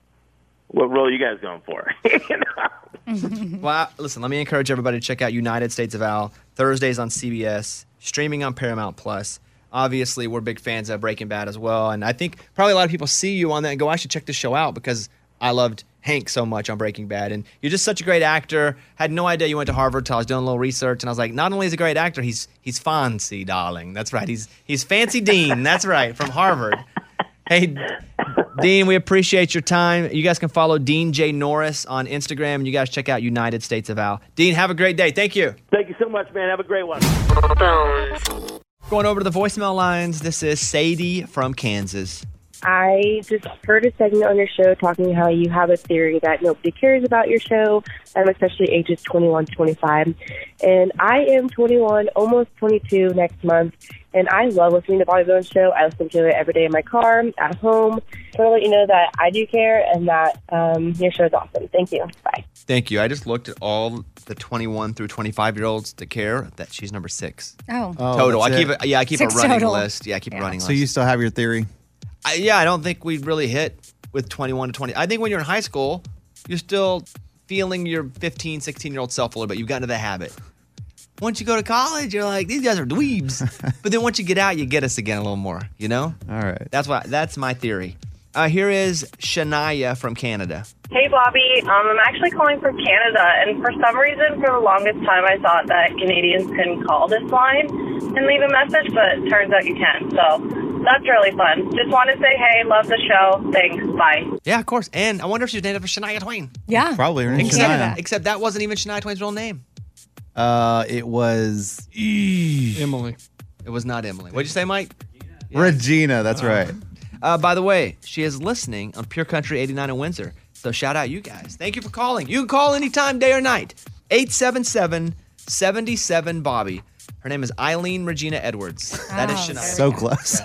what role you guys going for [laughs]
[laughs] well, I- listen, let me encourage everybody to check out United States of Al Thursdays on CBS, streaming on Paramount Plus. Obviously, we're big fans of Breaking Bad as well, and I think probably a lot of people see you on that and go, "I should check this show out because I loved Hank so much on Breaking Bad." And you're just such a great actor. Had no idea you went to Harvard till I was doing a little research, and I was like, "Not only is he a great actor, he's he's fancy, darling. That's right. He's he's fancy Dean. That's right, from Harvard." Hey, Dean, we appreciate your time. You guys can follow Dean J. Norris on Instagram. and You guys check out United States of Al. Dean, have a great day. Thank you.
Thank you so much, man. Have a great one.
Going over to the voicemail lines, this is Sadie from Kansas.
I just heard a segment on your show talking how you have a theory that nobody cares about your show, um, especially ages 21 to 25. And I am 21, almost 22 next month, and I love listening to Bobby Bones Show. I listen to it every day in my car, at home. So I want to let you know that I do care and that um, your show is awesome. Thank you. Bye.
Thank you. I just looked at all the 21 through 25 year olds that care. That she's number six
Oh.
total. I
that's
keep
it.
a, yeah, I keep
Six
a running
total.
list. Yeah, I keep a running
So
list.
you still have your theory?
I, yeah, I don't think we really hit with 21 to 20. I think when you're in high school, you're still feeling your 15, 16 year old self a little bit. You've gotten into the habit. Once you go to college, you're like, these guys
[laughs]
are dweebs. but then once you get out, you get us again a little more, you know?
All right.
That's why that's my theory. Uh, here is Shania from Canada.
Hey, Bobby. Um, I'm actually calling from Canada, and for some reason, for the longest time, I thought that Canadians couldn't call this line and leave a message, but it turns out you can. So that's really fun. Just want to say, hey, love the show. Thanks. Bye.
Yeah, of course. And I wonder if she's named after Shania Twain.
Yeah.
Probably. Her name's
Except,
Shania.
except that wasn't even Shania Twain's real name.
Uh, it was
Emily. It was not Emily. What'd you say, Mike?
Regina. That's right.
Uh, by the way, she is listening on Pure Country 89 in Windsor. So shout out you guys. Thank you for calling. You can call anytime, day or night. 877 77 Bobby. Her name is Eileen Regina Edwards. That
Oh,
is Shania.
So close.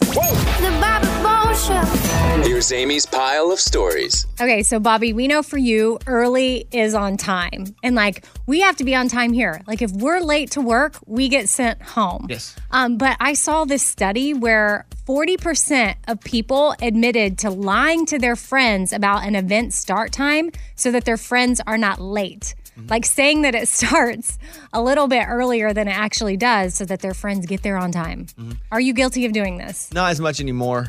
The Bobby Bones Show.
Here's Amy's pile of stories.
Okay, so Bobby, we know for you, early is on time. And like, we have to be on time here. Like, if we're late to work, we get sent home.
Yes.
Um, but I saw this study where 40% of people admitted to lying to their friends about an event start time so that their friends are not late.
Mm-hmm.
Like saying that it [laughs] starts a little bit earlier than it actually does so that their friends get there on time.
Mhm.
Are you guilty of doing this?
Not as much anymore.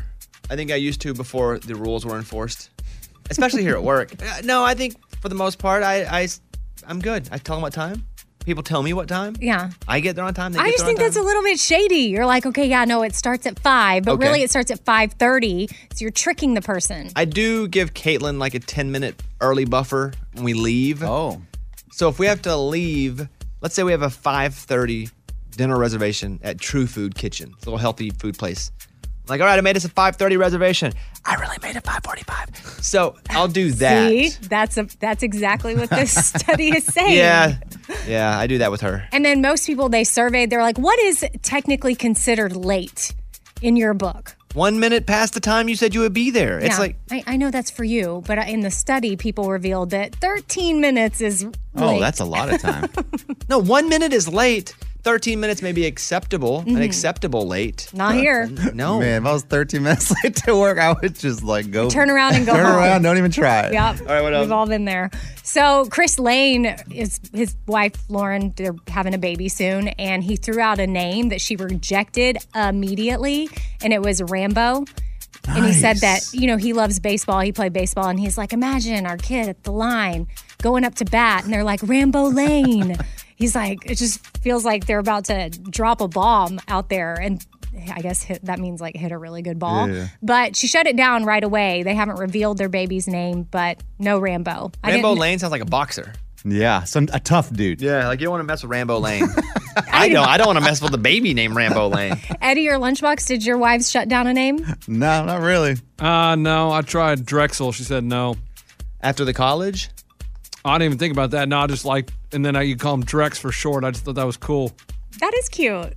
I think I used to before the rules were enforced, especially here at work. Uh, No, I think for the most part, I, I, am good. I tell them what time. People tell me what time.
Yeah.
I get there on time. They
I
get
just
there on
think that's a
time.
little bit shady. You're like, okay, yeah, no, it starts at five, but
Okay.
really it starts at five thirty. So you're tricking the person.
I do give Caitlin like a 10 minute early buffer when we leave. Oh. So if we have to leave, let's say we have a 5:30 dinner reservation at True Food Kitchen, it's a little healthy food place. I'm like, all right, I made us a 5:30 reservation. I really made it 5:45. So I'll do
[laughs]
that.
See, that's a that's exactly what
[laughs]
this study is saying.
Yeah, yeah, I do that with her.
And then most people they surveyed, they're like, what is technically considered late in your book?
One minute past the time you said you would be there. It's
Yeah,
like,
I, I know that's for you, but in the study, people revealed that 13 minutes is. Late.
oh, that's a lot of time. [laughs] no, one minute is late. Thirteen minutes may be acceptable. An
Mhm.
acceptable late.
[laughs] not here.
No.
Man, if I was 13 minutes [laughs] late to work, I would just like go.
Turn around and go
Turn
home.
around, don't even try. it.
Yep. We've all been there. So Chris Lane is his wife Lauren. They're having a baby soon, and he threw out a name that she rejected immediately, and it was Rambo. And he said that you know he loves baseball. He played baseball, and he's like, imagine our kid at the line going up to bat, and they're like Rambo Lane. [laughs] he's like, it just feels like they're about to drop a bomb out there, and I guess hit, that means like hit a really good ball.
Yeah.
But she shut it down right away. They haven't revealed their baby's name, but no Rambo. I
Rambo
didn't-
Lane sounds like a boxer.
Yeah, some a tough dude.
Yeah, like you don't want to mess with Rambo Lane. [laughs] I don't. I don't want to mess with the baby named
[laughs]
Rambo Lane.
Eddie or Lunchbox, did your wives shut down a name?
[laughs]
No, not really.
Uh no, I tried Drexel. She said no.
After the college?
I didn't even think about that. No, I just like and then I you call him Drex for short. I just thought that was cool.
That is cute.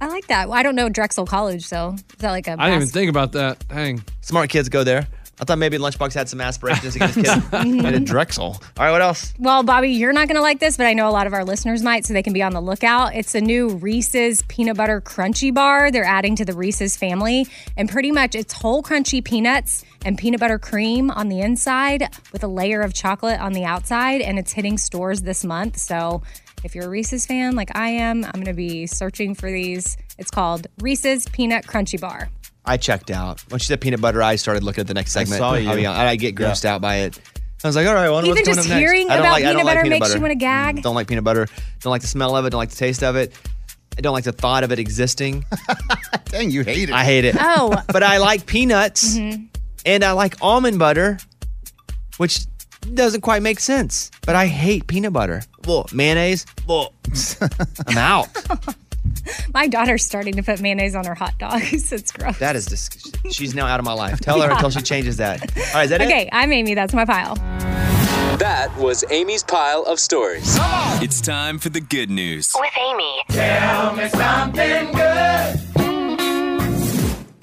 I like that. Well, I don't know Drexel College, so is that like a
I didn't even
bas-
think about that. Hang.
Smart kids go there. I thought maybe Lunchbox had some aspirations
[laughs]
against kids
Mm-hmm.
at a Drexel. All right, what else?
Well, Bobby, you're not going to like this, but I know a lot of our listeners might, so they can be on the lookout. It's a new Reese's peanut butter crunchy bar they're adding to the Reese's family. And pretty much it's whole crunchy peanuts and peanut butter cream on the inside with a layer of chocolate on the outside. And it's hitting stores this month. So if you're a Reese's fan like I am, I'm going to be searching for these. It's called Reese's Peanut Crunchy Bar.
I checked out when she said peanut butter. I started looking at the next segment.
saw you.
I, mean, I, I get grossed out by it. I was like, all right, well,
Even
what's going
just
up next?
hearing
I don't
about
like- I
peanut
don't like Mm,
butter makes you want to gag.
Don't like peanut butter. Don't like the smell of it. Don't like the taste of it. I don't like the thought of it existing.
[laughs] Dang, you hate it.
I hate it.
Oh.
[laughs]
Mm-hmm.
but I like peanuts and I like almond butter, which doesn't quite make sense. But I hate peanut butter. Well, mayonnaise. Well, [laughs] I'm out.
My daughter's starting to put mayonnaise on her hot [laughs] dogs. It's gross.
That is disgusting. She's now out of my life. Tell her until she changes that. All right, is that it?
okay, I'm Amy. That's my pile.
That was Amy's pile of stories.
It's time for the good news.
With Amy.
Tell me something good.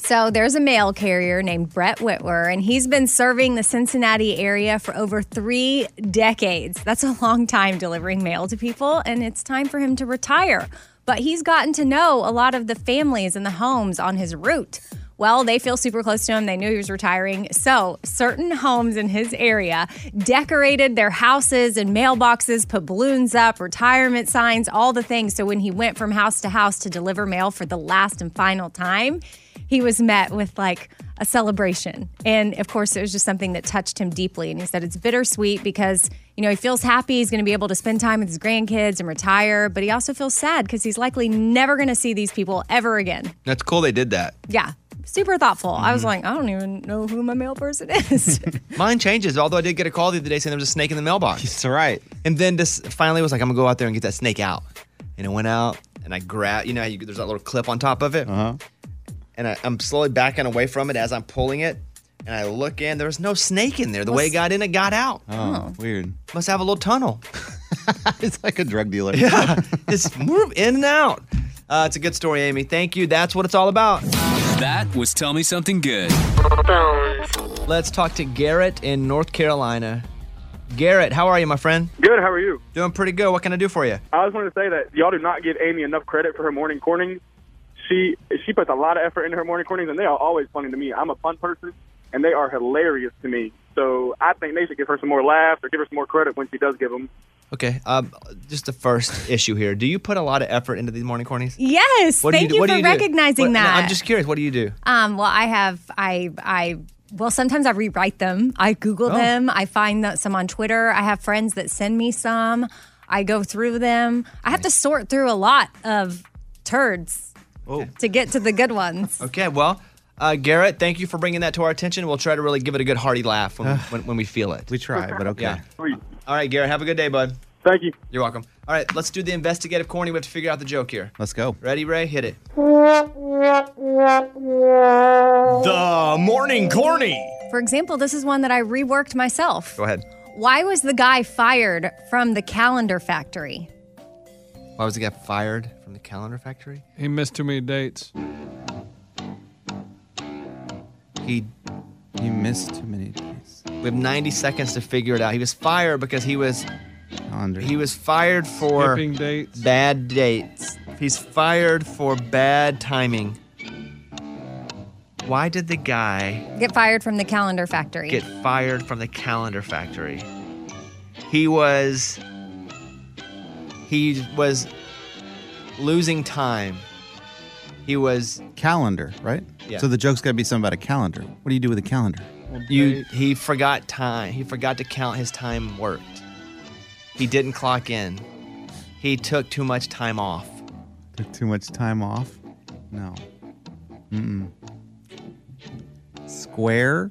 So there's a mail carrier named Brett Whitwer, and he's been serving the Cincinnati area for over three decades. That's a long time delivering mail to people, and it's time for him to retire. But he's gotten to know a lot of the families and the homes on his route. Well, they feel super close to him. They knew he was retiring. So, certain homes in his area decorated their houses and mailboxes, put balloons up, retirement signs, all the things. So, when he went from house to house to deliver mail for the last and final time, he was met with like a celebration. And of course, it was just something that touched him deeply. And he said it's bittersweet because, you know, he feels happy he's going to be able to spend time with his grandkids and retire, but he also feels sad because he's likely never going to see these people ever again.
That's cool they did that.
Yeah, super thoughtful. I was like, I don't even know who my mail person is.
Mine changes, although I did get a call the other day saying there was a snake in the mailbox. That's
right.
And then just finally was like, I'm gonna go out there and get that snake out. And I went out and I grabbed, you know, how you, there's that little clip on top of it. Uh-huh. and I, I'm slowly backing away from it as I'm pulling it. And I look in, there was no snake in there. The way it got in, it got out.
Oh, weird.
Must have a little tunnel.
[laughs] it's like a drug dealer.
Yeah, just move in and out. Uh, it's a good story, Amy. Thank you. That's what it's all about.
That was Tell Me Something Good.
Let's talk to Garrett in North Carolina. Garrett, how are you, my friend?
Good. How are you?
Doing pretty good. What can I do for you?
I just wanted to say that y'all do not give Amy enough credit for her morning cornings. She she puts a lot of effort into her morning cornings, and they are always funny to me. I'm a fun person, and they are hilarious to me. So I think they should give her some more laughs or give her some more credit when she does give them.
Okay, um, just the first issue here. Do you put a lot of effort into these morning cornies?
Yes,
What do
thank
do-
you,
what do
for
do?
recognizing
What- no,
that.
I'm just curious. What do you do?
Um, well, I have I I well sometimes I rewrite them. I Google
Oh.
them. I find that some on Twitter. I have friends that send me some. I go through them. I have to sort through a lot of turds to get to the good ones.
Okay, well, uh, Garrett, thank you for bringing that to our attention. We'll try to really give it a good hearty laugh when, when, when we feel it. We
Uh, try, but okay.
All right, Garrett, have a good day, bud.
Thank you.
You're welcome. All right, let's do the investigative corny. We have to figure out the joke here.
Let's go.
Ready, Ray? Hit it.
The
morning corny.
For example, this is one that I reworked myself.
Go ahead.
Why was the guy fired from the calendar factory?
Why was he got fired from the calendar factory?
He missed too many dates.
He
he missed too many days.
We have 90 seconds to figure it out. He was fired because he was he was fired for
Skipping dates.
bad dates. He's fired for bad timing. Why did the guy
Get fired from the calendar factory.
get fired from the calendar factory? He was he was losing time. He was
Calendar, right?
Yeah.
So the joke's got to be something about a calendar. What do you do with a calendar?
You he forgot time. He forgot to count his time worked. He didn't clock in. He took too much time off.
Took too much time off? No. Mm-mm. Square?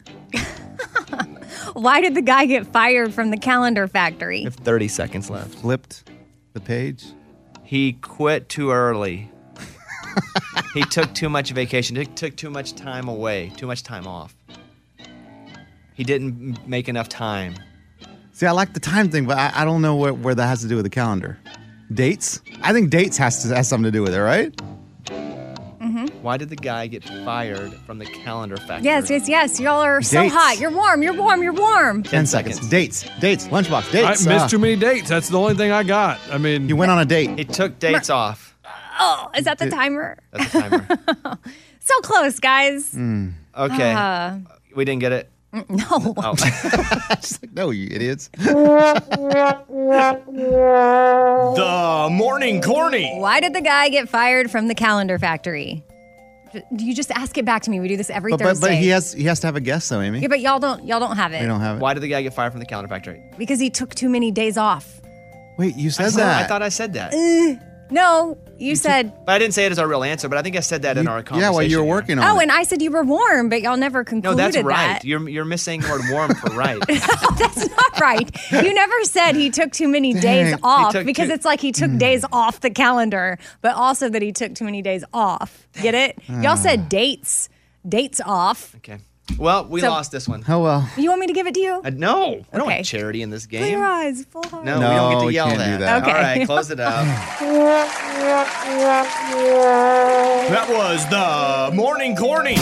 Why did the guy get fired from the calendar factory?
30 seconds left.
Flipped the page.
He quit too early. he took too much vacation. He took too much time away, too much time off. He didn't m- make enough time.
See, I like the time thing, but I, I don't know where, where that has to do with the calendar. Dates? I think dates has to has something to do with it, right?
Mm-hmm.
Why did the guy get fired from the calendar factory?
Yes, yes, yes. Y'all are so
Dates.
hot. You're warm. You're warm. You're warm.
Ten, seconds. Dates. Dates. Lunchbox. Dates.
I missed
Ah.
too many dates. That's the only thing I got. I mean,
you went on a date.
He took dates off.
Oh, is that the
Did-
timer?
That's the timer.
[laughs] So close, guys.
Okay.
Uh,
we didn't get it.
mm, no.
Oh.
no, you idiots.
The morning corny.
Why did the guy get fired from the calendar factory? D- You just ask it back to me. We do this every
But, but
Thursday.
but he has he has to have a guess though, Amy.
Yeah, but y'all don't y'all don't have it.
We don't have it.
Why did the guy get fired from the calendar factory?
Because he took too many days off.
Wait, you said
I thought,
that.
I thought I said that.
Ugh. no, you, said
But I didn't say it as our real answer, but I think I said that in our conversation.
yeah, while you were
here.
working on
Oh,
it.
and I said you were warm, but y'all never
No,
concluded
that's right.
that.
You're you're missing the word warm for
[laughs]
right.
That's not [laughs] right. You never said he took too many days
He
off
took
because
too- Hmm.
it's like he took days off the calendar, but also that he took too many days off. Get it? Y'all
Ah.
said dates, dates off.
Okay. Well, we
So-
lost this one.
Oh well.
You want me to give it to you?
I, no, I don't
Okay.
want charity in this
Clear your
game.
eyes, full heart.
No, we don't get
No,
to
we
yell
can't
that.
do that.
All
Okay.
right, close
[laughs]
it up.
That was the morning corny.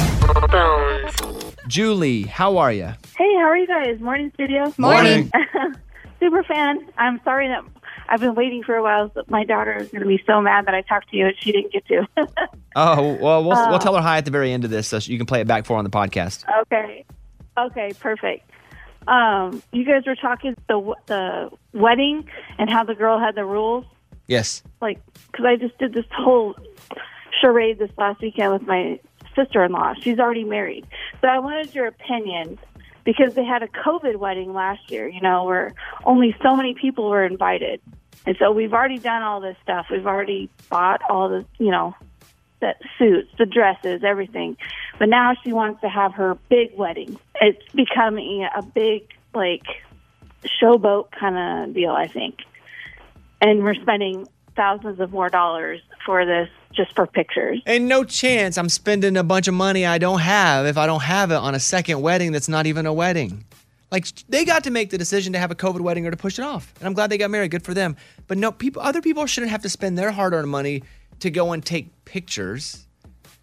Julie, how are you?
Hey, how are you guys? Morning, studio.
Morning.
[laughs] Super fan. I'm sorry that I've been waiting for a while. But my daughter is going to be so mad that I talked to you and she didn't get to. [laughs]
Oh, well, we'll,
Uh,
we'll tell her hi at the very end of this so you can play it back for her on the podcast.
okay. Okay, perfect. Um, you guys were talking the the wedding and how the girl had the rules.
Yes.
Like, because I just did this whole charade this last weekend with my sister in law. She's already married. So I wanted your opinion because they had a COVID wedding last year, you know, where only so many people were invited. And so we've already done all this stuff. We've already bought all the, you know, the suits, the dresses, everything. But now she wants to have her big wedding. It's becoming a big, like, showboat kind of deal, I think. And we're spending thousands of more dollars for this just for pictures.
Ain't no chance I'm spending a bunch of money I don't have if I don't have it on a second wedding that's not even a wedding. Like they got to make the decision to have a COVID wedding or to push it off, and I'm glad they got married. Good for them. But no, people, other people shouldn't have to spend their hard-earned money to go and take pictures.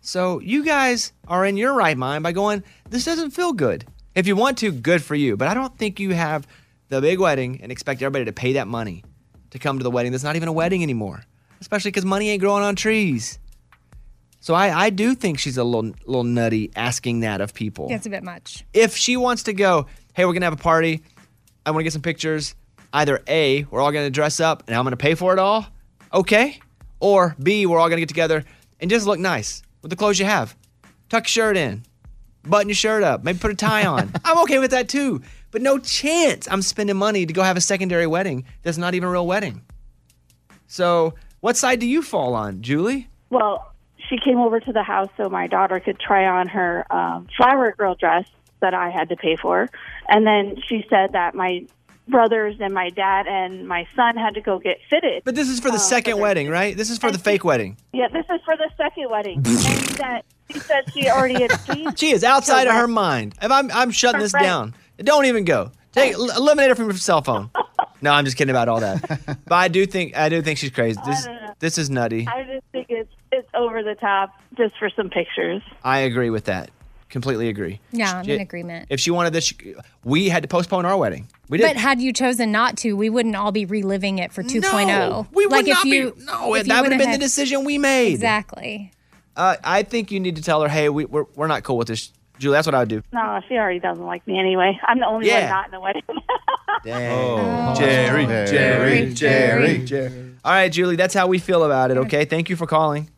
So you guys are in your right mind by going. This doesn't feel good. If you want to, good for you. But I don't think you have the big wedding and expect everybody to pay that money to come to the wedding that's not even a wedding anymore. Especially because money ain't growing on trees. So I, I do think she's a little little nutty asking that of people.
That's a bit much.
If she wants to go, hey, we're gonna have a party. I want to get some pictures. Either A, we're all gonna dress up and I'm gonna pay for it all. Okay. Or B, we're all gonna get together and just look nice with the clothes you have. Tuck your shirt in, button your shirt up, maybe put a tie on. I'm okay with that too. But no chance I'm spending money to go have a secondary wedding that's not even a real wedding. So what side do you fall on, Julie?
Well, she came over to the house so my daughter could try on her um, flower girl dress that I had to pay for. And then she said that my brothers and my dad and my son had to go get fitted.
But this is Oh, for the second wedding, right? This is for the fake wedding.
Yeah, this is for the second
[laughs]
wedding. and that she said she already had seen.
She is outside of her mind. If I'm I'm shutting this
Correct.
down. Don't even go. Take
Oh.
el- eliminate her from your
[laughs]
cell phone. No, I'm just kidding about all that. but I do think I do think she's crazy. This
don't know.
this is [laughs] nutty.
I just think it's it's over the top just for some pictures.
I agree with that. Completely agree.
Yeah, I'm
She-
in agreement.
If she wanted this, she- we had to postpone our wedding. We did.
But had you chosen not to, we wouldn't all be reliving it for 2.0.
we would
like
not
if
be-
you,
no,
if
that
you
would have
would've
been the
had-
decision we made.
Exactly. [laughs]
uh, I think you need to tell her, hey, we, we're we're not cool with this, Julie. That's what I would do.
No, she already doesn't like me anyway. I'm the only
Yeah.
one not in the wedding. [laughs]
Oh. Jerry,
Jerry, Jerry,
All right, Julie, that's how we feel about it. Okay, thank you for calling.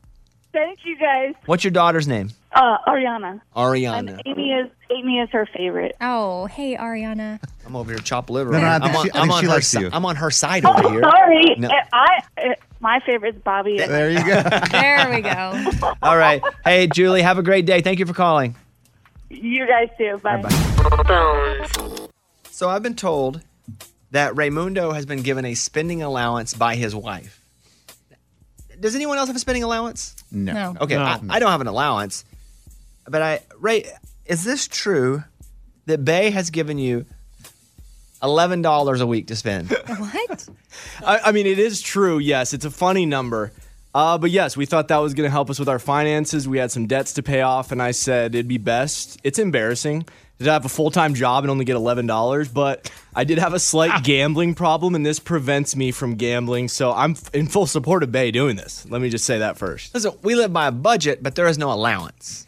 Thank you guys.
What's your daughter's name?
Uh, Ariana.
Ariana.
Amy is Amy is her favorite.
Oh, hey Ariana.
I'm over here chop liver.
No, no, I
I'm
think
on,
she- I
I'm
think
on
she
her
likes
si-
you.
I'm on her side
Oh,
over here.
sorry.
No.
Uh, I uh, my favorite's Bobby.
There you go.
there we go.
[laughs] All right. Hey, Julie, have a great day. Thank you for calling.
[laughs] You guys too. Bye.
So I've been told that Raymundo has been given a spending allowance by his wife. Does anyone else have a spending allowance?
No.
No.
Okay, I, I don't have an allowance, but I Ray, is this true that Bay has given you eleven dollars a week to spend?
What?
I, I mean, it is true. Yes, it's a funny number. Uh, but yes, we thought that was going to help us with our finances. We had some debts to pay off, and I said it'd be best. It's embarrassing to have a full time job and only get $11, but I did have a
Ah.
slight gambling problem, and this prevents me from gambling. So I'm f- in full support of Bay doing this. Let me just say that first.
Listen, we live by a budget, but there is no allowance.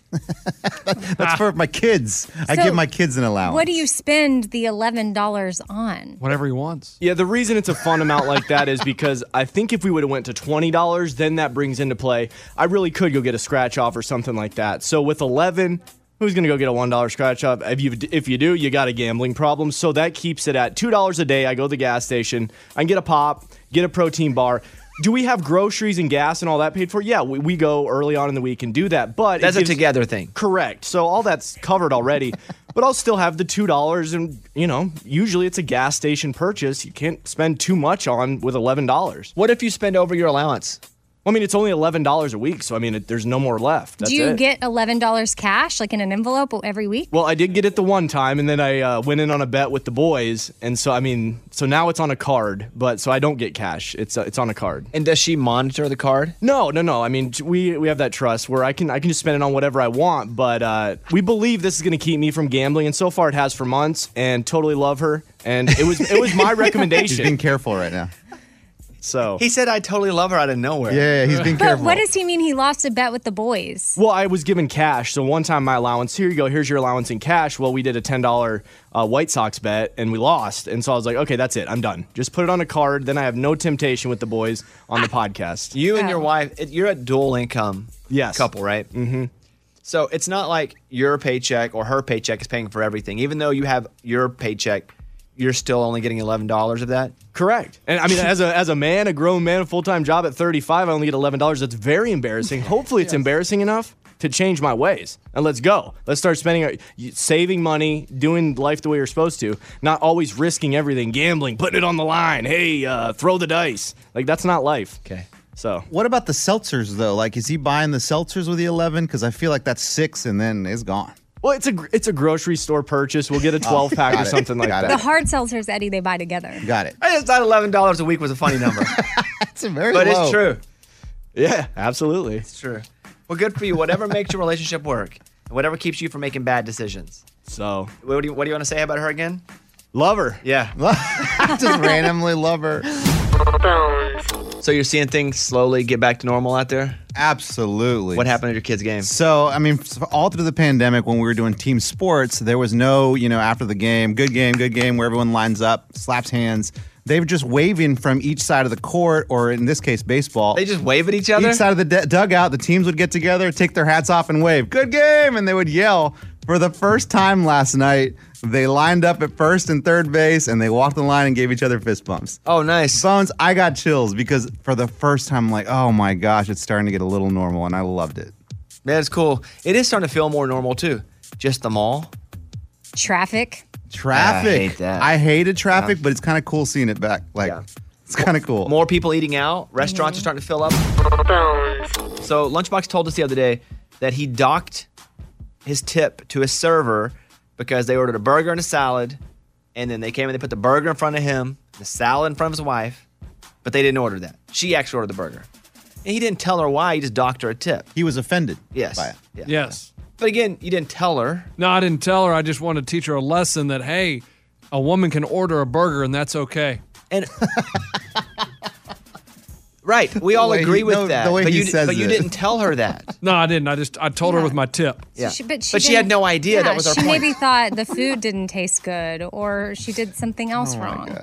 That's for my kids. I
So,
give my kids an allowance.
What do you spend the $11 on?
Whatever he wants. Yeah, the reason it's a fun amount like that is because I think if we would have went to twenty dollars, then that brings into play. I really could go get a scratch off or something like that. So with eleven, who's gonna go get a one dollar scratch off? If you if you do, you got a gambling problem. So that keeps it at two dollars a day. I go to the gas station, I can get a pop, get a protein bar. Do we have groceries and gas and all that paid for? Yeah, we, we go early on in the week and do that. But it
That's a
gives-
together thing.
Correct. So all that's covered
[laughs]
already. but I'll still have the two dollars, and you know, usually it's a gas station purchase. You can't spend too much on with eleven dollars.
What if you spend over your allowance?
I mean, it's only eleven dollars a week, so I mean, it, there's no more left. That's
Do you
it.
get $11 cash like in an envelope every week?
Well, I did get it the one time, and then I uh, went in on a bet with the boys, and so I mean, so now it's on a card, but so I don't get cash. It's uh, it's on a card.
And does she monitor the card?
No, no, no. I mean, t- we we have that trust where I can I can just spend it on whatever I want, but uh, we believe this is going to keep me from gambling, and so far it has for months. And totally love her, and it was it was [laughs] my
[laughs]
recommendation.
He's being careful right now. Oh.
So
He said, "I totally love her out of nowhere."
Yeah, yeah, he's being
But what does he mean he lost a bet with the boys?
Well, I was given cash. So one time, my allowance, here you go, here's your allowance in cash. Well, we did a $10 uh, White Sox bet and we lost. And so I was like, okay, that's it. I'm done. Just put it on a card. Then I have no temptation with the boys on the podcast.
You and your wife, it- you're a dual income couple, right?
Mm-hmm.
So it's not like your paycheck or her paycheck is paying for everything. Even though you have your paycheck, you're still only getting eleven dollars of that.
Correct. And I mean,
[laughs]
as a, as a man, a grown man, a full time job at 35, I only get $11. That's very embarrassing. Hopefully, it's embarrassing enough to change my ways. And let's go. Let's start spending, our, y- saving money, doing life the way you're supposed to, not always risking everything, gambling, putting it on the line. Hey, uh, throw the dice. Like, that's not life.
Okay.
So
What about the seltzers though? Like, is he buying the seltzers with the eleven? Because I feel like that's six, and then it's gone. Oh,
Well, it's a gr- it's a grocery store purchase. We'll get a twelve pack or
got it.
something like
Got
that.
The hard seltzers, Eddie, they buy together.
Got it.
I just thought eleven dollars a week was a funny [laughs] number.
That's a very
but
low.
it's true.
Yeah, absolutely.
It's true. Well, good for you. Whatever makes your relationship work, and whatever keeps you from making bad decisions.
So,
what do you, what do you want to say about her again?
Love her.
Yeah.
[laughs] Just randomly love her.
So you're seeing things slowly get back to normal out there?
Absolutely.
What happened at your kids' game?
So, I mean, f- all through the pandemic, when we were doing team sports, there was no, you know, after the game, good game, good game, where everyone lines up, slaps hands. They were just waving from each side of the court, or in this case, baseball.
They just wave at each other?
Each side of the d- dugout, the teams would get together, take their hats off, and wave, good game. And they would yell. For the first time last night, they lined up at first and third base, and they walked the line and gave each other fist bumps.
Oh, nice.
Bones, I got chills because for the first time, I'm like, oh my gosh, it's starting to get a little normal, and I loved it.
Man, it's cool. It is starting to feel more normal too. Just the mall.
Traffic.
Traffic.
I hate that.
I hated traffic,
Yeah.
but it's kind of cool seeing it back. Like, it's kind of cool.
More people eating out. Restaurants are starting to fill up. So Lunchbox told us the other day that he docked his tip to his server because they ordered a burger and a salad, and then they came and they put the burger in front of him, the salad in front of his wife, but they didn't order that. She actually ordered the burger. And he didn't tell her why, he just docked her a tip.
He was offended.
Yes.
by it.
Yeah.
Yes.
But again, you didn't tell her.
No, I didn't tell her. I just wanted to teach her a lesson that hey, a woman can order a burger and that's okay.
And Right.
[laughs]
We all
way he-
agree with
no,
that.
the way
but
he
you,
says
but you
it.
didn't tell her that.
[laughs] no, I didn't. I just I told her with my tip.
Yeah.
She- but she,
had
didn't-
no idea.
yeah,
that was our
she
point.
maybe thought the food didn't taste good or she did something
Oh
else wrong.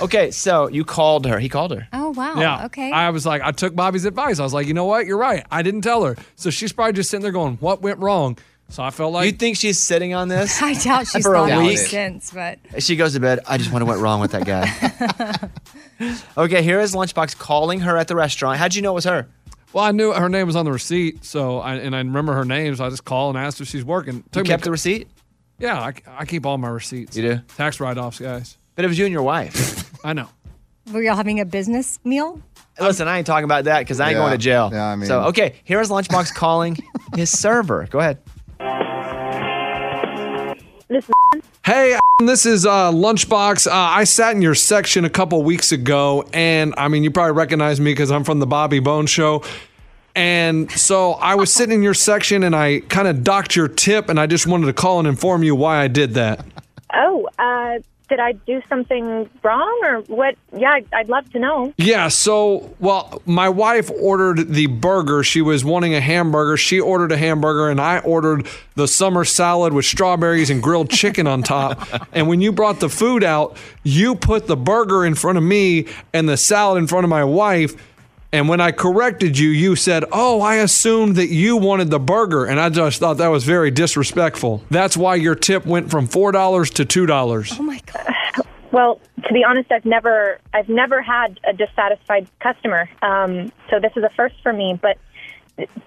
Okay, so you called her. He called her.
Oh, wow. Okay.
I was like, I took Bobby's advice. I was like, you know what? You're right. I didn't tell her. So she's probably just sitting there going, what went wrong? So I felt like. You
think she's sitting on this?
[laughs] I [laughs] doubt she's
For a
thought about
week.
it since, but
She goes to bed. I just wonder what went wrong with that guy. okay, [laughs] here is Lunchbox calling her at the restaurant. How'd you know it was her?
Well, I knew her name was on the receipt. So I, and I remember her name. So I just called and asked if she's working.
You
me a
kept
cou-
the receipt?
Yeah, I, I keep all my receipts.
You do?
Tax write offs, guys.
But it was you and your wife.
[laughs] I know.
were y'all having a business meal?
Listen, I ain't talking about that because I ain't
Yeah.
going to jail.
Yeah, I mean-
So, okay, here is Lunchbox calling his server. Go ahead.
This
Hey, this is uh, Lunchbox. Uh, I sat in your section a couple weeks ago, and I mean, you probably recognize me because I'm from the Bobby Bone Show. And so I was sitting in your section, and I kind of docked your tip, and I just wanted to call and inform you why I did that.
Oh, uh, did I do something wrong or what? Yeah, I'd, I'd love to know.
Yeah, so, well, my wife ordered the burger. She was wanting a hamburger. She ordered a hamburger, and I ordered the summer salad with strawberries and grilled chicken on top. And when you brought the food out, you put the burger in front of me and the salad in front of my wife. And when I corrected you, you said, Oh, I assumed that you wanted the burger. And I just thought that was very disrespectful. That's why your tip went from $4 to $2.
Well, to be honest, I've never I've never had a dissatisfied customer. Um, so this is a first for me. But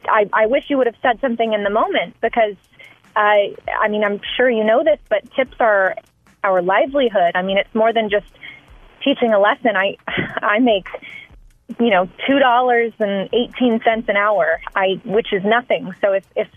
I, I wish you would have said something in the moment because I I mean I'm sure you know this, but tips are our livelihood. I mean it's more than just teaching a lesson. I I make you know two dollars and eighteen cents an hour. I which is nothing. So if if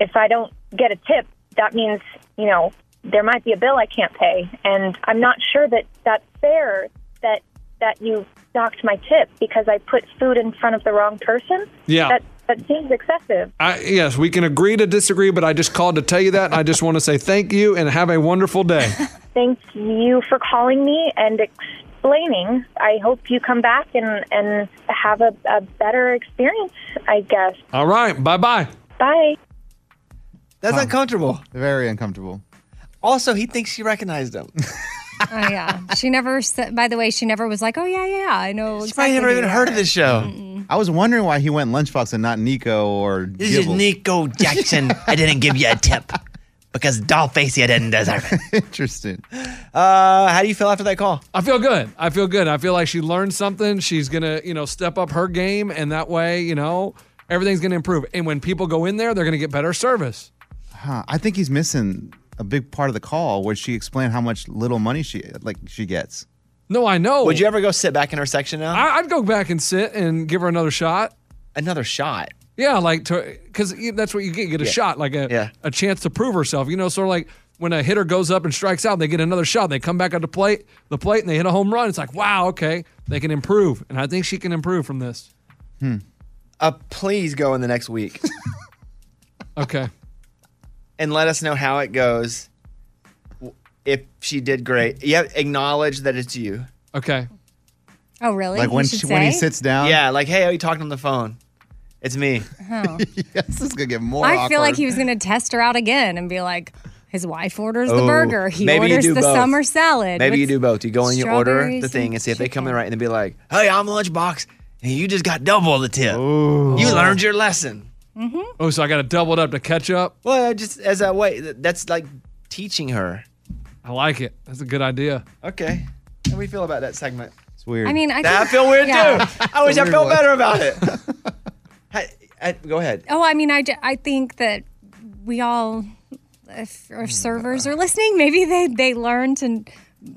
if I don't get a tip, that means, you know, there might be a bill I can't pay. And I'm not sure that that's fair that that you docked my tip because I put food in front of the wrong person.
Yeah.
That that seems excessive.
I, yes, we can agree to disagree, but I just called to tell you that. And I just want to say thank you and have a wonderful
[laughs]
day.
Thank you for calling me and explaining. I hope you come back and, and have a, a better experience, I guess.
All right. Bye bye.
Bye.
That's uncomfortable.
Very uncomfortable.
Also, he thinks she recognized him.
Oh,
[laughs]
yeah. She never, sa- by the way, she never was like, oh, yeah, yeah, I know. She exactly who you are."
this show.
I was wondering why he went Lunchbox and not Nico or.
This is
[laughs]
Nico Jackson. I didn't give you a tip because Dollface, you didn't deserve it.
[laughs] Interesting.
Uh, how do you feel after that call?
I feel good. I feel good. I feel like she learned something. She's going to, you know, step up her game. And that way, you know, everything's going to improve. And when people go in there, they're going to get better service.
Huh, I think he's missing a big part of the call where she explained how much little money she like she gets.
No, I know.
Would you ever go sit back in her section now?
I, I'd go back and sit and give her another shot.
Another shot.
Yeah, like to because that's what you get. You get a
Yeah.
shot, like a
Yeah.
a chance to prove herself. You know, sort of like when a hitter goes up and strikes out, they get another shot. They come back at the plate, the plate, and they hit a home run. It's like, wow, okay, they can improve, and I think she can improve from this.
Uh, please go in the next week.
okay.
And let us know how it goes. W- If she did great, yeah, acknowledge that it's you.
Okay.
Oh, really? You should say?
down. Yeah, like hey, are you talking on the phone? It's me.
Oh.
this is gonna get more.
I feel like he was going to test her out again and be like, his wife orders the
Oh,
burger. He
maybe you
orders
do
the
both.
summer salad.
Maybe you
What's-
do both. You go in, you order
strawberries
the thing,
and
and see if they come in right, and then be like, "Hey, I'm Lunchbox, and you just got double the tip. You learned your lesson."
Oh, so I got to double it up to catch up.
Well, I just as a way, th- that's like teaching her.
I like it. That's a good idea.
Okay, how do we feel about that segment?
It's
weird.
I mean, I
That
think-
feel weird
yeah.
too. I wish I felt better about it. [laughs] Hey, I- go ahead.
Oh, I mean, I, ju- I think that we all, if our servers are listening, maybe they, they learn to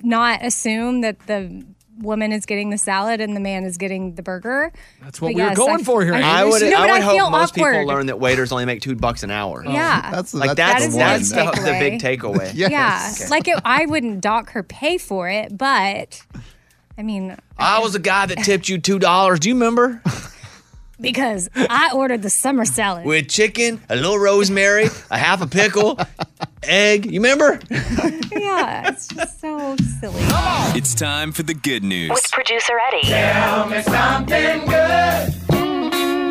not assume that the woman is getting the salad and the man is getting the burger.
That's
what But we were yes, going I- for here, I- Andy.
I would,
No,
I
but
would
I feel
hope most
awkward.
people learn that waiters only make two bucks an hour.
Oh. Yeah. That's-
like
that's
that's
the
that's,
one.
the, the big takeaway.
Yeah.
Okay.
Like, it, I wouldn't dock her pay for it, but I mean,
I was the guy that tipped you two dollars. Do
[laughs]
you remember?
because I ordered the summer salad.
With chicken, a little rosemary, a half a pickle, [laughs] egg. You remember?
yeah, it's just so silly.
It's time for the good news.
With producer Eddie.
Tell
me something good.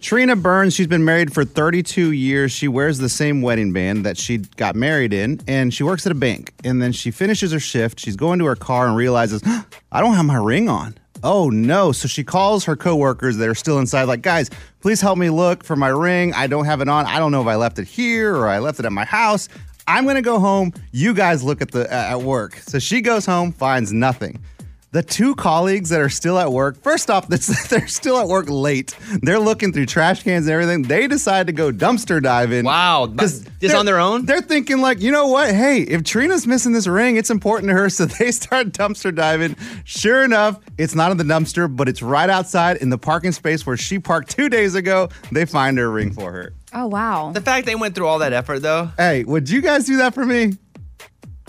Trina Burns, she's been married for 32 years. She wears the same wedding band that she got married in, and she works at a bank. And then she finishes her shift. She's going to her car and realizes, [gasps] I don't have my ring on. Oh no. So she calls her coworkers that are still inside, like, guys, please help me look for my ring. I don't have it on. I don't know if I left it here or I left it at my house. I'm gonna go home. You guys look at the at work. So she goes home, finds nothing the two colleagues that are still at work first off [laughs] this, they're still at work late they're looking through trash cans and everything they decide to go dumpster diving wow
just on their own
they're thinking like you know what hey if trina's missing this ring it's important to her [laughs] so they start dumpster diving sure enough it's not in the dumpster but it's right outside in the parking space where she parked two days ago they find her ring for her
Oh, wow.
The fact they went through all that effort, though.
hey would you guys do that for me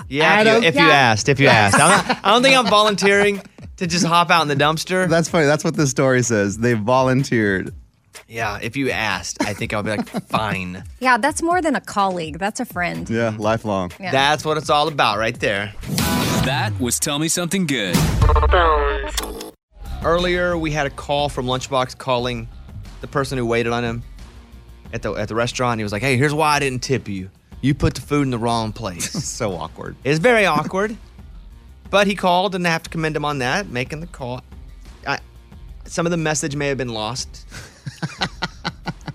Yeah, if,
Adam?
you, if you
Yeah.
asked, if you asked, I'm not, I don't think I'm volunteering to just hop out in the dumpster.
that's funny that's what this story says they volunteered
Yeah, if you asked, I think I'll be like, [laughs] fine.
Yeah, that's more than a colleague. That's a friend.
yeah lifelong
Yeah.
That's what it's all about, right there.
That was Tell Me Something Good.
Earlier, we had a call from Lunchbox calling the person who waited on him at the at the restaurant. He was like, "Hey, here's why I didn't tip you. You put the food in the wrong
[laughs]
place."
so awkward.
It's very awkward. But he called, and I have to commend him on that, making the call. I, some of the message may have been lost,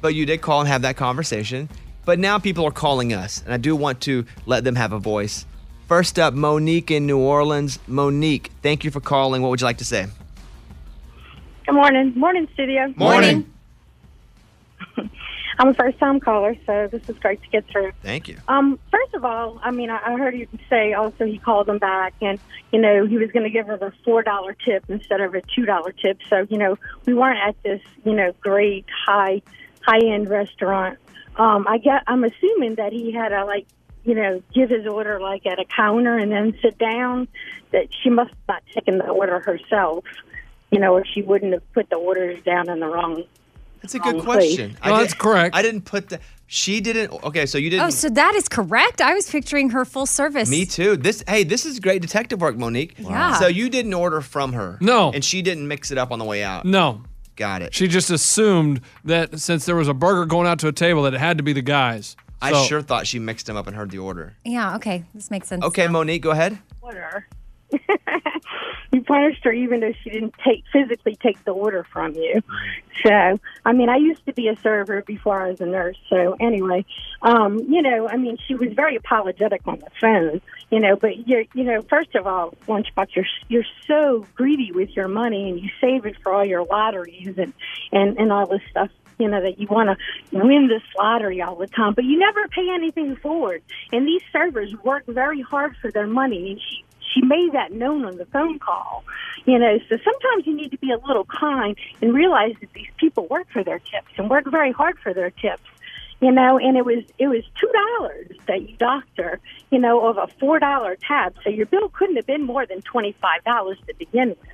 but you did call and have that conversation. But now people are calling us, and I do want to let them have a voice. First up, Monique in New Orleans. Monique, thank you for calling. What would you like to say?
Good morning. Morning, studio.
Morning.
[laughs] I'm a first time caller, so this is great to get through.
Thank you.
Um, first of all, I mean, I I heard you say also he called them back and, you know, he was going to give her a $4 tip instead of a $2 tip. So, you know, we weren't at this, you know, great high, high end restaurant. Um, I get, I'm assuming that he had a, like, you know, give his order like at a counter and then sit down, that she must have not taken the order herself, you know, or she wouldn't have put the orders down in the wrong.
That's a good question.
No, that's
correct. I didn't put that. She didn't. Okay, so you didn't.
Oh, so that is correct. I was picturing her full service.
Me too. This hey, this is great detective work, Monique.
Yeah.
So you didn't order from her. No. And she didn't mix it up on the way out.
No.
Got it.
She just assumed that since there was a burger going out to a table, that it had to be the guys.
I
So-
sure thought she mixed them up and heard the order.
Yeah, okay. This makes sense.
Okay, Monique, go ahead.
Order. [laughs] you punished her even though she didn't take physically take the order from you. So, I mean, I used to be a server before I was a nurse. So, anyway, um, you know, I mean, she was very apologetic on the phone, you know, but you you know, first of all, lunchbox, you're you're so greedy with your money and you save it for all your lotteries and and and all this stuff. You know that you want to win this lottery all the time, but you never pay anything forward. And these servers work very hard for their money, and she she made that known on the phone call. You know, so sometimes you need to be a little kind and realize that these people work for their tips and work very hard for their tips. You know, and it was it was two dollars that you doctor, you know, of a four dollar tab. So your bill couldn't have been more than twenty five dollars to begin with.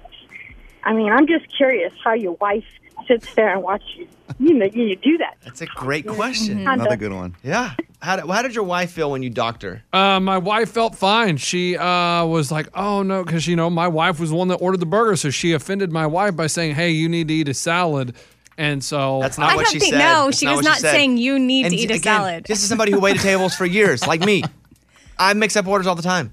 I mean, I'm just curious how your wife sits there and watches you. You know, you do that.
That's a great question.
Mhm. Another
good one. Yeah. How did, how did your wife feel when you doctor?
Uh, my wife felt fine. She uh, was like, "Oh no," because you know my wife was the one that ordered the burger, so she offended my wife by saying, "Hey, you need to eat a salad." And so that's
I don't think no. she was not saying you need to eat a salad.
This is somebody
[laughs]
who waited tables for years, like me. I mix up orders all the time.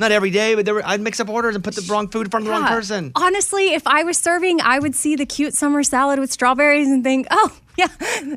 Not every day, but there were, I'd mix up orders and put the wrong food in front of the wrong
Yeah.
person.
Honestly, if I was serving, I would see the cute summer salad with strawberries and think, oh, [laughs] yeah.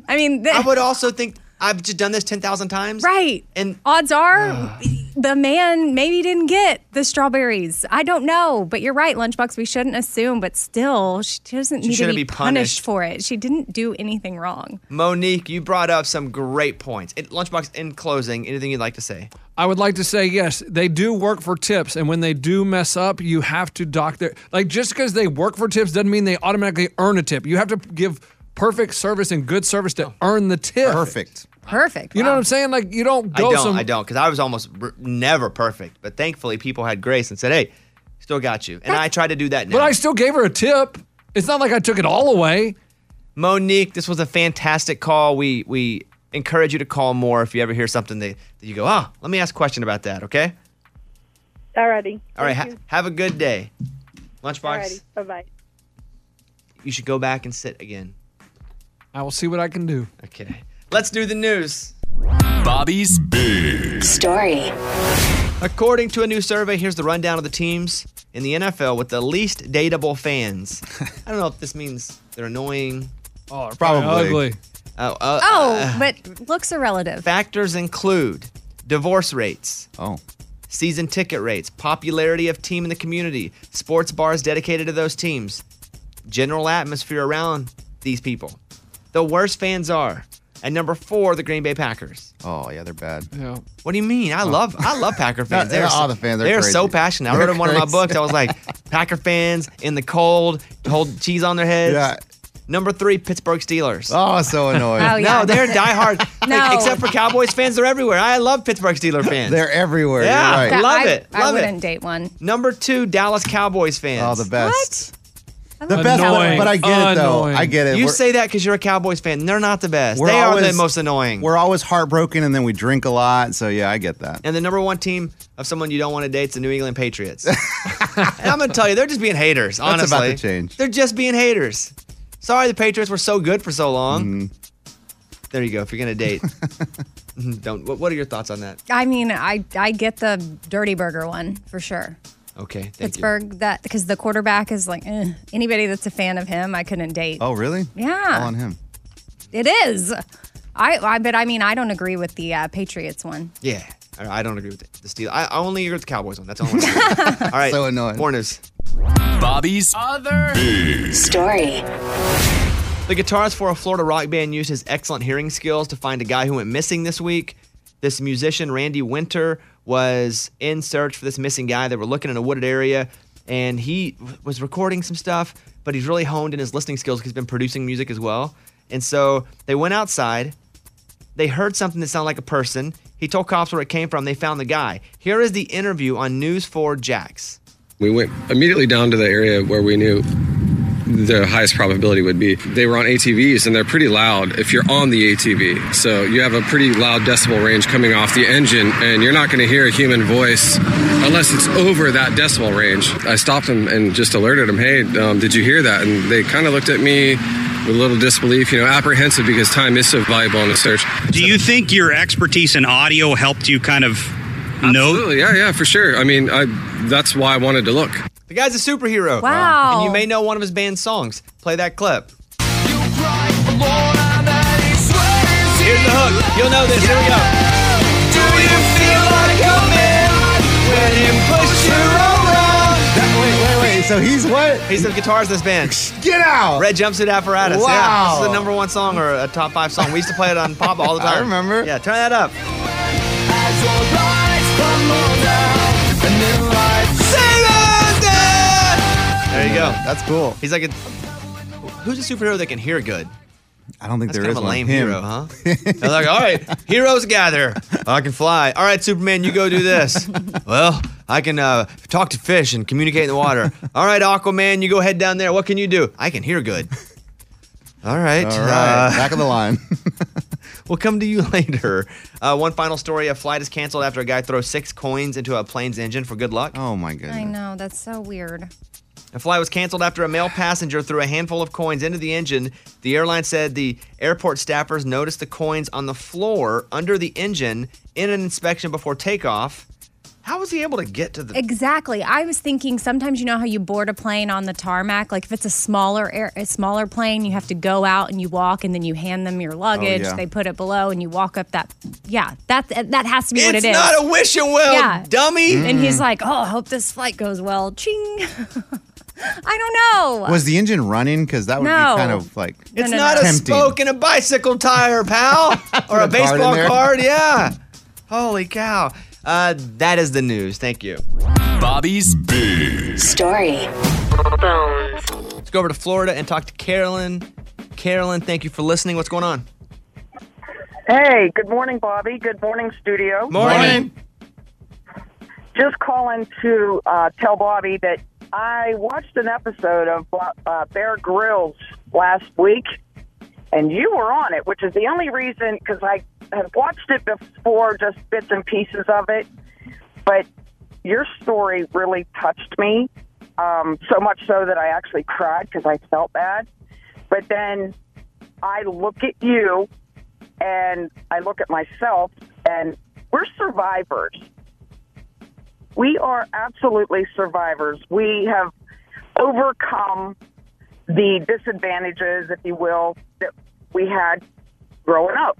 I mean,
I would also think I've just done this 10,000 times.
Right.
And
odds are the man maybe didn't get the strawberries. I don't know, but you're right, Lunchbox. We shouldn't assume, but still, she doesn't
She
need to
shouldn't
be,
be
punished.
punished.
for it. She didn't do anything wrong.
Monique, you brought up some great points. It, Lunchbox, in closing, anything you'd like to say?
I would like to say yes, they do work for tips, and when they do mess up, you have to dock their like just because they work for tips doesn't mean they automatically earn a tip. You have to give perfect service and good service to earn the tip. Perfect.
Perfect.
You know what I'm saying? Like you don't
I
go
don't,
some
I don't, because I was almost r- never perfect. But thankfully, people had grace and said, hey, still got you. And I tried to do that now.
But I still gave her a tip. It's not like I took it all away.
Monique, this was a fantastic call. We we encourage you to call more if you ever hear something that, that you go, oh, let me ask a question about that, okay?
Alrighty.
All right, ha- have a good day. Lunchbox,
Alrighty. Bye bye.
you should go back and sit again.
I will see what I can do.
Okay. Let's do the news.
Bobby's big
Story. According to a new survey, here's the rundown of the teams in the NFL with the least dateable
[laughs]
fans. I don't know if this means they're annoying.
Oh,
Probably.
ugly.
Oh, uh,
oh,
uh,
but looks are relative.
Factors include divorce rates. Oh. Season ticket rates, popularity of team in the community, sports bars dedicated to those teams, general atmosphere around these people. The worst fans are at number four, the Green Bay Packers.
Oh yeah, they're bad.
Yeah.
What do you mean? I love I
[laughs]
love Packer fans.
They're
They're
all
so-
the fans. They're
They're so
crazy.
passionate. I
They're
wrote in one of my
crazy.
books. I was like,
[laughs]
Packer fans in the cold, hold cheese on their heads.
Yeah.
Number three, Pittsburgh Steelers.
Oh, so annoying. Oh, yeah.
No,
[laughs]
they're diehard.
No.
Except for Cowboys fans, they're everywhere. I love Pittsburgh Steeler fans.
They're everywhere. You're
Yeah,
right.
That-
love
I,
it.
I
Love
wouldn't
it.
date one.
Number two, Dallas Cowboys fans. Oh, the
best.
What?
The best, but, but I get it though. I get it.
You
We're-
say that because you're a Cowboys fan. They're not the best.
we're
They are the
always-
most annoying.
We're always heartbroken, and then we drink a lot. So yeah, I get that.
And the number one team of someone you don't want to date is the New England Patriots. [laughs] and I'm going to tell you, they're just being haters, honestly.
That's about to change.
They're just being haters. Sorry the Patriots were so good for so long.
Mm-hmm.
There you go. If you're going to
[laughs]
date, Mm-hmm, don't. What, what are your thoughts on that?
I mean, I I get the dirty burger one for sure.
Okay. Thank
Pittsburgh that because the quarterback is like eh. anybody that's a fan of him, I couldn't date.
you. Oh, really?
Yeah. All on
him.
It is. I, I but I mean I don't agree with the uh, Patriots one.
Yeah. I I don't agree with the Steelers. I, I only agree with the Cowboys one. That's all I'm saying.
[laughs]
All right. So annoying. More news.
Bobby's other big
story.
The guitarist for a Florida rock band used his excellent hearing skills to find a guy who went missing this week. This musician, Randy Winter, was in search for this missing guy. They were looking in a wooded area and he w- was recording some stuff, but he's really honed in his listening skills 'cause he's been producing music as well. And so they went outside. They heard something that sounded like a person. He told cops where it came from. They found the guy. Here is the interview on News 4 Jax.
We went immediately down to the area where we knew the highest probability would be. They were on ATVs and they're pretty loud if you're on the ATV. So you have a pretty loud decibel range coming off the engine and you're not going to hear a human voice unless it's over that decibel range. I stopped them and just alerted them, hey, um, did you hear that? And they kind of looked at me with a little disbelief, you know, apprehensive because time is so valuable in a search.
Do you think your expertise in audio helped you kind of know?
Absolutely, yeah, yeah, for sure. I mean, I, that's why I wanted to look.
The guy's a superhero.
Wow.
And you may know one of his band's songs. Play that clip. Here's the hook. You'll know this. Here we go.
Do you feel like a man when you push her around?
Wait, wait, so he's what? He's the guitarist in
[laughs]
this band. Get out! Red Jumpsuit Apparatus. Yeah, this
Wow.
is the number one song or a top five song. We used to play it on
[laughs]
Pop all the time. I remember. Yeah, turn that up.
As your lights tumble down, and then lights
know.
That's cool.
He's like a. Who's a superhero that can hear good?
I don't think
That's
there
kind
is
of a
one.
lame
Him.
hero, huh? They're like, all right,
[laughs]
heroes gather. I can fly. All right, Superman, you go
[laughs]
do this. well, I can uh, talk to fish and communicate in the
[laughs]
water. All right, Aquaman, you go head down there. What can you do? I can hear good. All right. Uh,
All
[laughs]
right, back
on the line. we'll come to you [laughs] later. Uh, one final story. A flight is canceled after a guy throws six coins into a plane's engine for good luck.
Oh, my goodness.
I know. That's so weird.
The flight was canceled after a male passenger threw a handful of coins into the engine. The airline said the airport staffers noticed the coins on the floor under the engine in an inspection before takeoff. How was he able to get to the?
Exactly. I was thinking sometimes you know how you board a plane on the tarmac, like if it's a smaller air, a smaller plane, you have to go out and you walk, and then you hand them your luggage.
Oh, yeah.
They put it below, and you walk up that. Yeah, that that has to be what
It's
it is.
not a wish you well, dummy.
And he's
Mm.
like, "Oh, I hope this flight goes well." Ching. [laughs] I don't know.
[laughs] Was the engine running? Because that would
No.
be kind of like
It's not a
tempting. [laughs]
spoke in a bicycle tire, pal, or a
Put a card in
baseball
there. [laughs]
card. Yeah. Holy cow. Uh, that is the news. Thank you.
Bobby's Big
Story. Let's go over to Florida and talk to Carolyn. Carolyn, thank you for listening. What's going on?
Hey, good morning, Bobby. Good morning, studio.
Morning.
Just calling to uh, tell Bobby that I watched an episode of Bo- uh, Bear Grylls last week, and you were on it, which is the only reason because I had watched it before, just bits and pieces of it. But your story really touched me, um, so much so that I actually cried because I felt bad. But then I look at you and I look at myself, and we're survivors. We are absolutely survivors. We have overcome the disadvantages, if you will, that we had growing up.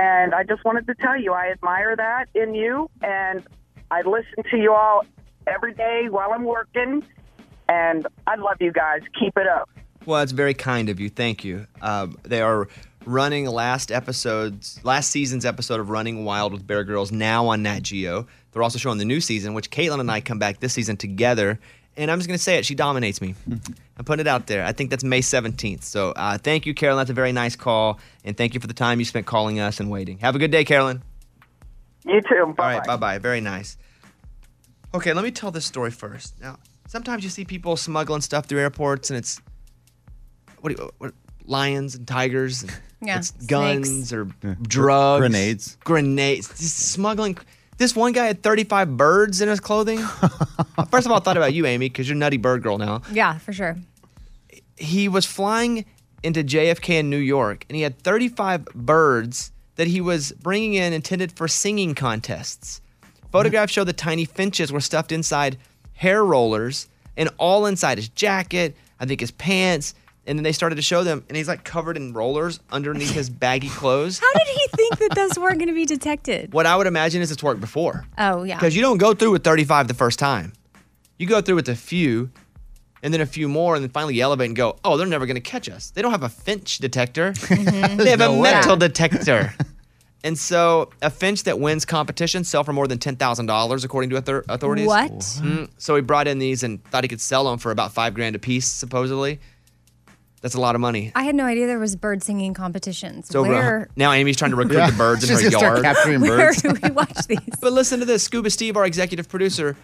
And I just wanted to tell you, I admire that in you, and I listen to you all every day while I'm working, and I love you guys. Keep it up.
Well, it's very kind of you. Thank you. Um, they are running last episodes, last season's episode of Running Wild with Bear Girls now on Nat Geo. They're also showing the new season, which Caitlin and I come back this season together. And I'm just going to say it. She dominates me. I'm putting it out there. I think that's May 17th. So uh, thank you, Carolyn. That's a very nice call. And thank you for the time you spent calling us and waiting. Have a good day, Carolyn.
You too. Bye-bye.
All right. Bye bye. Very nice. Okay, let me tell this story first. Now, sometimes you see people smuggling stuff through airports, and it's what do you, what, lions and tigers, and
Yeah.
guns
Snakes.
or drugs,
grenades.
grenades, just smuggling. This one guy had 35 birds in his clothing. first of all, I thought about you, Amy, because you're nutty bird girl now.
Yeah, for sure.
He was flying into JFK in New York, and he had 35 birds that he was bringing in intended for singing contests. Photographs show the tiny finches were stuffed inside hair rollers and all inside his jacket, I think his pants. And then they started to show them, and he's like covered in rollers underneath his baggy clothes.
How did he think that those weren't going to be detected?
What I would imagine is it's worked before.
Oh yeah.
Because you don't go through with 35 the first time. You go through with a few, and then a few more, and then finally you elevate and go, oh, they're never going to catch us. They don't have a finch detector, they have
There's
a
no way.
metal detector. and so a finch that wins competition sell for more than $10,000, according to author- authorities.
What?
Mhm. So he brought in these and thought he could sell them for about five grand a piece, supposedly. That's a lot of money.
I had no idea there was bird singing competitions.
It's over.
Where?
Now Amy's trying to recruit [laughs] the birds in
She's
her
gonna start
yard.
capturing
Where birds. do we
[laughs]
watch these?
But listen to this, Scuba Steve, our executive producer.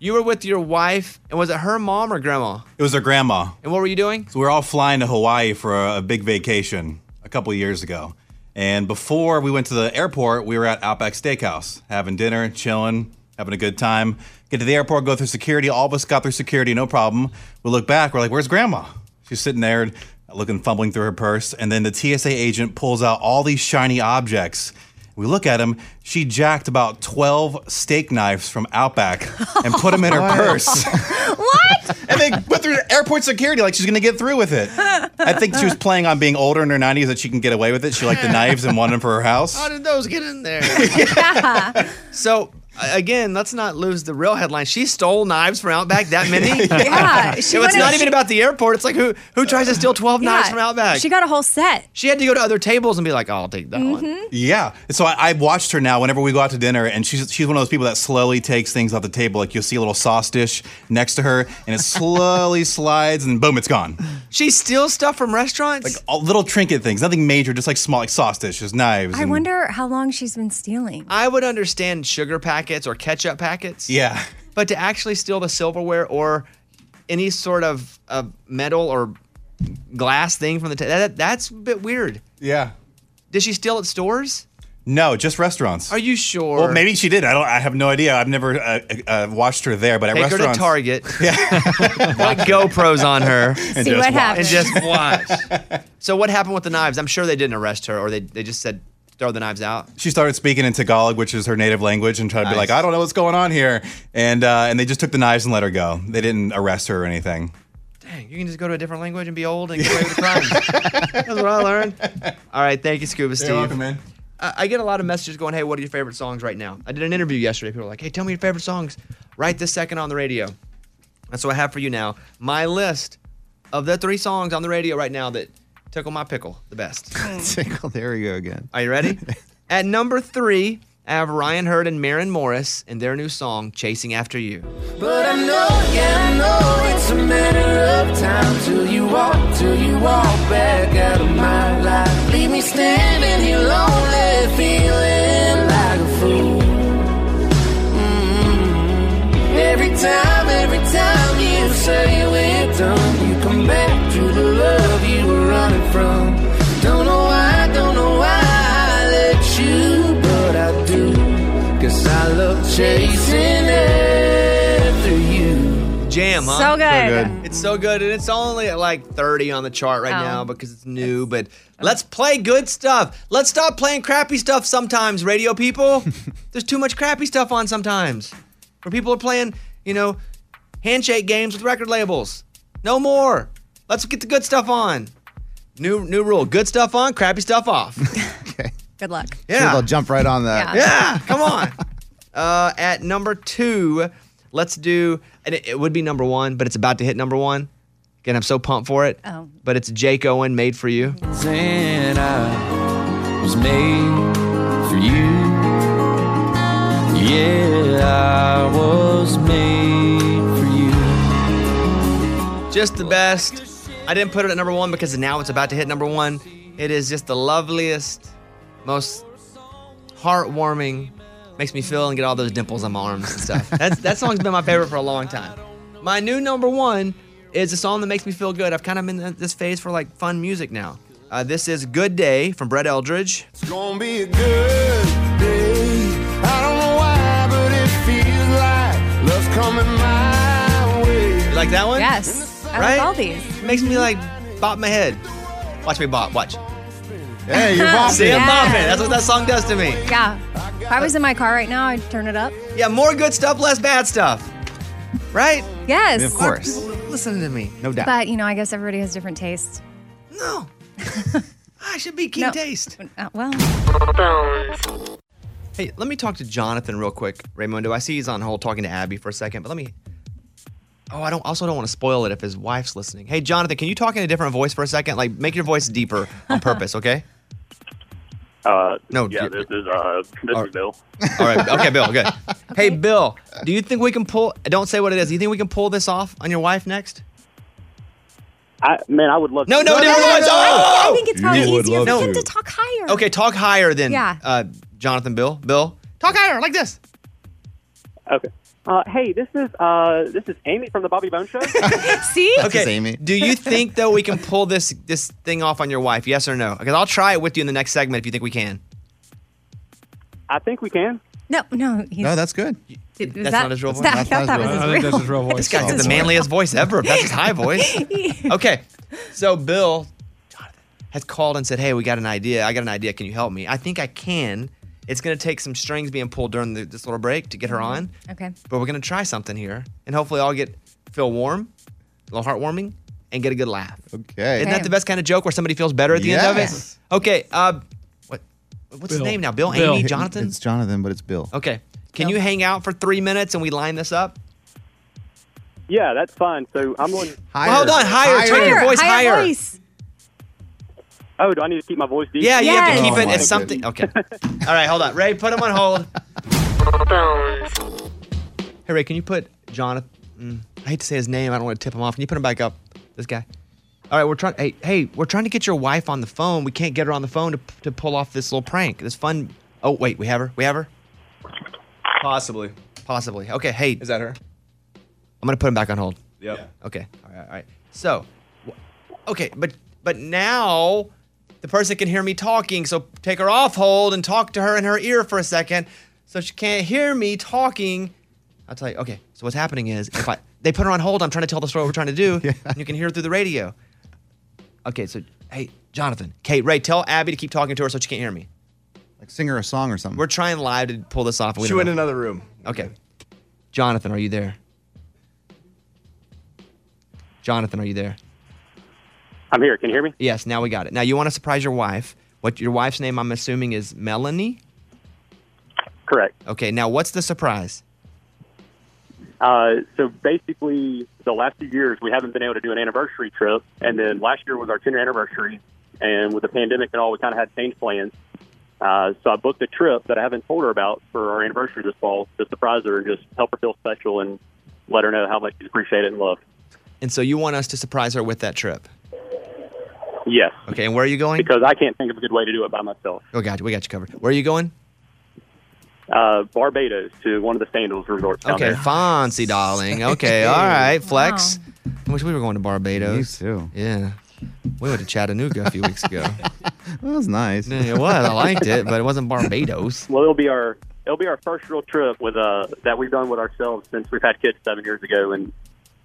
You were with your wife, and was it her mom or grandma?
It was her grandma.
And what were you doing?
So we were all flying to Hawaii for a, a big vacation a couple years ago. And before we went to the airport, we were at Outback Steakhouse having dinner, chilling, having a good time. Get to the airport, go through security. All of us got through security, no problem. We look back, we're like, where's grandma? She's sitting there looking, fumbling through her purse. And then the TSA agent pulls out all these shiny objects. We look at them. She jacked about 12 steak knives from Outback and put them in her purse.
what?
And they went through airport security like she's gonna get through with it. I think [laughs] she was playing on being older in her 90s that she can get
[laughs]
away with it. She liked the knives and wanted them for her house.
How did those get in there? so again, let's not lose the real headline. She stole knives from Outback that [laughs] many.
Yeah,
If
she
it's
went
not
out-
even about the airport. It's like who who tries to steal twelve knives
Yeah,
from Outback?
She got a whole set. Mm-hmm.
She had to go to other tables and be like, oh, "I'll take that one."
Yeah. So I, I've watched her now whenever we go out to dinner, and she's she's one of those people that slowly takes things off the table. Like you'll see a little sauce dish next to her, and it slowly [laughs] slides, and boom, it's gone.
She steals stuff from restaurants.
Like all, little trinket things, nothing major, just like small, like sauce dishes, knives.
I
and-
wonder how long she's been stealing.
I would understand sugar packets or ketchup packets.
Yeah.
But to actually steal the silverware or any sort of, of metal or glass thing from the ta- that, that's a bit weird.
Yeah.
Did she steal at stores?
No, just restaurants.
Are you sure?
Well, maybe she did. I don't. I have no idea. I've never uh, uh, watched her there, but at
Take her to
restaurants. [laughs]
Target.
Yeah.
like GoPros on her.
[laughs] And See just what watch. happens.
And just watch.
[laughs]
so what happened with the knives? I'm sure they didn't arrest her, or they they just said throw the knives out.
She started speaking in Tagalog, which is her native language, and tried to be like,
Nice.
"I don't know what's going on here," and uh, and they just took the knives and let her go. They didn't arrest her or anything.
Dang, you can just go to a different language and be old and get away with crimes. That's what I learned. All right, thank you, Scuba Steve.
welcome, man.
I I get a lot of messages going, "Hey, what are your favorite songs right now?" I did an interview yesterday. People were like, "Hey, tell me your favorite songs right this second on the radio." That's what I have for you now. My list of the three songs on the radio right now that tickle my pickle the [laughs] best.
Tickle, oh, there you go again.
Are you [laughs] ready? At number three, I have Ryan Hurd and Maren Morris and their new song "Chasing After You."
But I know, yeah, I know it's a matter of time till you walk, till you walk back out of my life. Leave me standing here lonely, feeling like a fool. mm Every time, every time you say we're done, you come back to the love you were running from. Don't know why, don't know why I let you, but I do. Cause I love chasing after you.
Jam, huh?
So good. So good.
It's so good, and it's only at like 30 on the chart right
Oh.
now because it's new. But let's play good stuff. Let's stop playing crappy stuff sometimes, radio
[laughs]
people. There's too much crappy stuff on sometimes, where people are playing, you know, handshake games with record labels. No more. Let's get the good stuff on. New new rule: good stuff on, crappy stuff off.
Good luck.
Yeah.
Sure, they'll jump right on that.
Yeah, come on. [laughs] Uh, at number two, let's do, and it, it would be number one, but it's about to hit number one. Again, I'm so pumped for it.
Oh.
But it's Jake Owen, Made for You.
And I was made for you. Yeah, I was made for
Just the best. I didn't put it at number one because now it's about to hit number one. It is just the loveliest, most heartwarming, makes me feel and get all those dimples on my arms
[laughs]
and stuff. That's, that song's been my favorite for a long time. My new number one is a song that makes me feel good. I've kind of been in this phase for like fun music now. Uh, this is Good Day from Brett Eldridge.
It's gonna be a good day. I don't know why, but it feels like love's coming my way.
You like that one?
Yes. I like
Right?
all these.
Makes me like bop my head. Watch me bop. Watch.
Hey,
[laughs]
you're bopping.
See, I'm
Yeah.
bopping. That's what that song does to me.
Yeah. If I was in my car right now, I'd turn it up.
Yeah, more good stuff, less bad stuff. Right?
Yes.
Of course. Listen to me. No
But, you know, I guess everybody has different tastes. [laughs]
No. I should be king taste.
Uh, well,
Hey, let me talk to Jonathan real quick, Raymundo. I see he's on hold talking to Abby for a second, but let me. Oh, I don't. Also, don't want to spoil it if his wife's listening. Hey, Jonathan, can you talk in a different voice for a second? Like, make your voice deeper
[laughs]
on purpose, okay?
Uh,
No,
yeah,
you-
this is uh, this is Bill.
All right. Okay, Bill.
[laughs]
Good. Hey, Bill. Do you think we can pull? Don't say what it is. Do you think we can pull this off on your wife next?
I man, I would love.
No,
to.
no, no, no, no, no,
I think it's probably easier for him to talk higher.
Okay, talk higher then.
Yeah.
Uh, Jonathan, Bill, Bill. Talk higher, like this.
Okay. Uh, hey, this is uh, this is Amy from the Bobby Bone
[laughs]
Show.
See?
Okay, Do you think though we can pull this this thing off on your wife? Yes or no? Because I'll try it with you in the next segment if you think we can.
I think we can.
No, no. He's,
that's good.
Did- was
that's
that-
not his real
was
voice.
that- I thought that was his real
This guy's got the manliest voice ever. if That's his
[laughs]
high voice. Okay, so Bill Jonathan has called and said, "Hey, we got an idea. I got an idea. Can you help me? I think I can. It's going to take some strings being pulled during the, this little break to get her on,
Okay.
but we're going to try something here, and hopefully, I'll get feel warm, a little heartwarming, and get a good laugh.
Okay.
Isn't that the best kind of joke where somebody feels better at the end of it?
Yes.
Okay. Uh, what? What's his name now? Bill, Amy, Jonathan.
It's Jonathan, but it's Bill.
Okay. Can you hang out for three minutes and we line this up?
Yeah, that's fine. So I'm on.
Well, Oh, hold on, higher. Turn your voice higher.
Oh, do I need to keep my voice deep?
Yeah, you have to keep it at something. Okay. [laughs] All right, hold on. Ray, put him on hold. Hey, Ray, can you put Jonathan? mm, I hate to say his name. I don't want to tip him off. Can you put him back up? This guy. All right, we're trying. Hey, hey, we're trying to get your wife on the phone. We can't get her on the phone to, to pull off this little prank. This fun. Oh wait, we have her. We have her. Possibly. Possibly. Okay. Hey, is that her? I'm gonna put him back on hold.
Yep.
Okay. All right. All right. So, wh- okay, but but now the person can hear me talking. So take her off hold and talk to her in her ear for a second, so she can't hear me talking. I'll tell you. Okay. So what's happening is if I they put her on hold, I'm trying to tell the story we're trying
[laughs]
to do, and you can hear it through the radio. Okay. So hey, Jonathan, Kate, Ray, tell Abby to keep talking to her so she can't hear me.
Like sing her a song or something.
We're trying live to pull this off. and we
She
don't
went
know.
in another room.
Okay. Jonathan, are you there? Jonathan, are you there?
I'm here. Can you hear me?
Yes, now we got it. Now you want to surprise your wife. What your wife's name I'm assuming is Melanie?
Correct.
Okay, now what's the surprise?
Uh, so basically, the last few years we haven't been able to do an anniversary trip, and then last year was our 10 year anniversary, and with the pandemic and all, we kind of had changed plans. Uh, so I booked a trip that I haven't told her about for our anniversary this fall to surprise her and just help her feel special and let her know how much she's appreciated and loved.
And so you want us to surprise her with that trip.
Yes.
Okay, and where are you going?
Because I can't think of a good way to do it by myself.
Oh god, we got you covered. Where are you going?
Uh, Barbados to one of the Sandals resorts down
Okay,
there.
fancy
[laughs]
darling. Okay, all right, flex. I wish we were going to Barbados. Me too. Yeah. We went to Chattanooga a few weeks ago. [laughs] Oh.
Well, that was nice.
Yeah, it was. I liked it, but it wasn't Barbados.
Well, it'll be our it'll be our first real trip with uh that we've done with ourselves since we've had kids seven years ago, and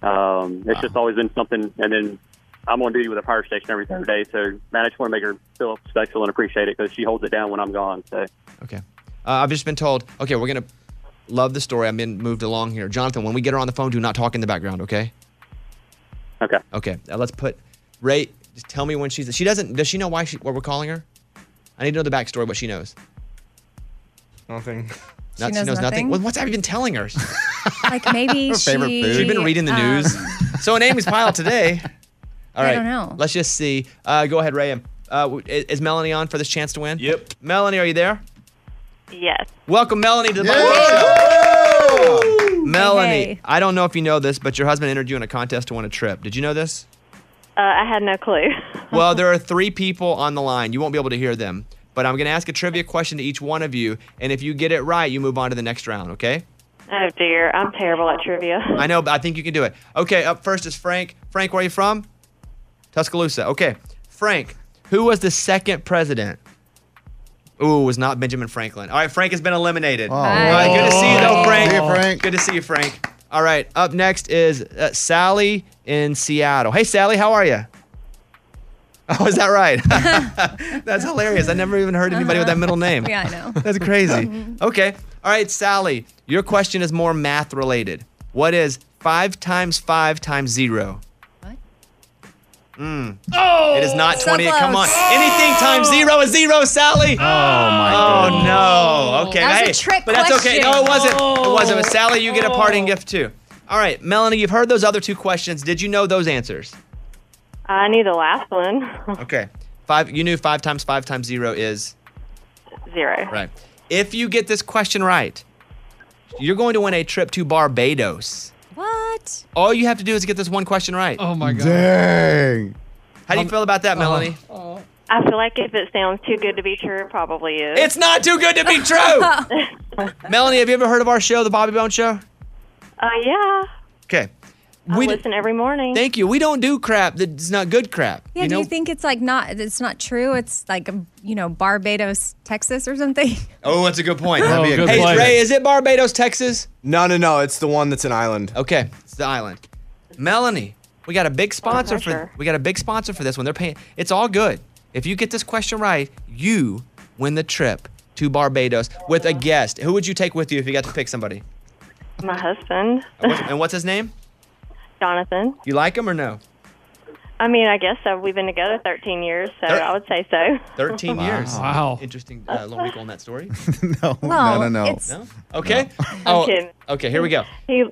um, it's just always been something. And then I'm on duty with a fire station every third day, so man, I just want to make her feel special and appreciate it because she holds it down when I'm gone. So
Okay. Uh, I've just been told, okay, we're going to love the story. I've been moved along here. Jonathan, when we get her on the phone, do not talk in the background, okay?
Okay.
Okay. Now let's put Ray, just tell me when she's. She doesn't. Does she know why she, what we're calling her? I need to know the backstory, what she knows.
Nothing.
Not- she knows nothing? Well, what's Abby been telling her?
Like maybe
[laughs] Her
she.
favorite food. She's been reading the
um,
news. so in Amy's
[laughs]
pile today. All
I
right.
don't know.
Let's just see. Uh, go ahead, Ray. Um, Uh, w- is, is Melanie on for this chance to win? Yep. Melanie, are you there?
Yes.
Welcome, Melanie, to the Bubba Show. Melanie, I don't know if you know this, but your husband entered you in a contest to win a trip. Did you know this?
Uh, I had no clue. [laughs]
Well, there are three people on the line. You won't be able to hear them, but I'm going to ask a trivia question to each one of you, and if you get it right, you move on to the next round. Okay?
Oh dear, I'm terrible at trivia.
I know, but I think you can do it. Okay, up first is Frank. Frank, where are you from? Tuscaloosa. Okay, Frank, who was the second president? Ooh, it was not Benjamin Franklin. All right, Frank has been eliminated.
Oh.
All right, good to see you, though, Frank.
See you, Frank.
Good to see you, Frank. All right, up next is uh, Sally in Seattle. Hey, Sally, how are you? Oh, is that right? [laughs] That's hilarious. I never even heard anybody with that middle name.
[laughs] Yeah, I know.
That's
[laughs] Mm-hmm.
crazy. okay. All right, Sally, your question is more math related. What is five times five times zero? What? Mm.
Oh,
It is not
so
20. Come on.
close.
Anything times zero is zero, Sally. Oh, my Oh, no. Okay.
That was a
hey,
trick
But that's okay. No, it wasn't. It wasn't. But
question. Oh.
Sally, you get a parting gift, too. All right, Melanie, you've heard those other two questions. Did you know those
[laughs]
answers?
I knew the last one.
Okay. Five. You knew five times five times zero is?
Zero.
Right. If you get this question right, you're going to win a trip to Barbados.
What?
All you have to do is get this one question right. Oh my god. Um, uh-huh.
Dang.
How do you feel about that, Melanie?
I feel like if it sounds too good to be true, it probably is.
It's not too good to be true. Melanie, have you ever heard of our show, The Bobby Bone Show?
Uh, yeah.
Okay.
I listen every morning.
Thank you. We don't do crap that's not good crap.
Yeah,
you
do
know?
you think it's like not? It's not true. It's like you know Barbados, Texas, or something.
oh, that's a good [laughs] point.
That'd be a good
hey,
point.
Ray, is it Barbados, Texas?
No, no, no. It's the one that's an island.
Okay, it's the island. Melanie, we got a big sponsor for we got a big sponsor for this one. They're paying. It's all good. If you get this question right, you win the trip to Barbados with a guest. Who would you take with you if you got to pick somebody?
[laughs] My husband,
And what's, and what's his name?
Jonathan.
You like him or no?
Uh,
I mean, I guess so. We've been together 13 years, so I would say so.
13 years.
Wow.
Interesting uh, long week on that story.
no,
No,
no, no, no.
it's- Okay. Oh,
I'm kidding.
okay, here we go.
He,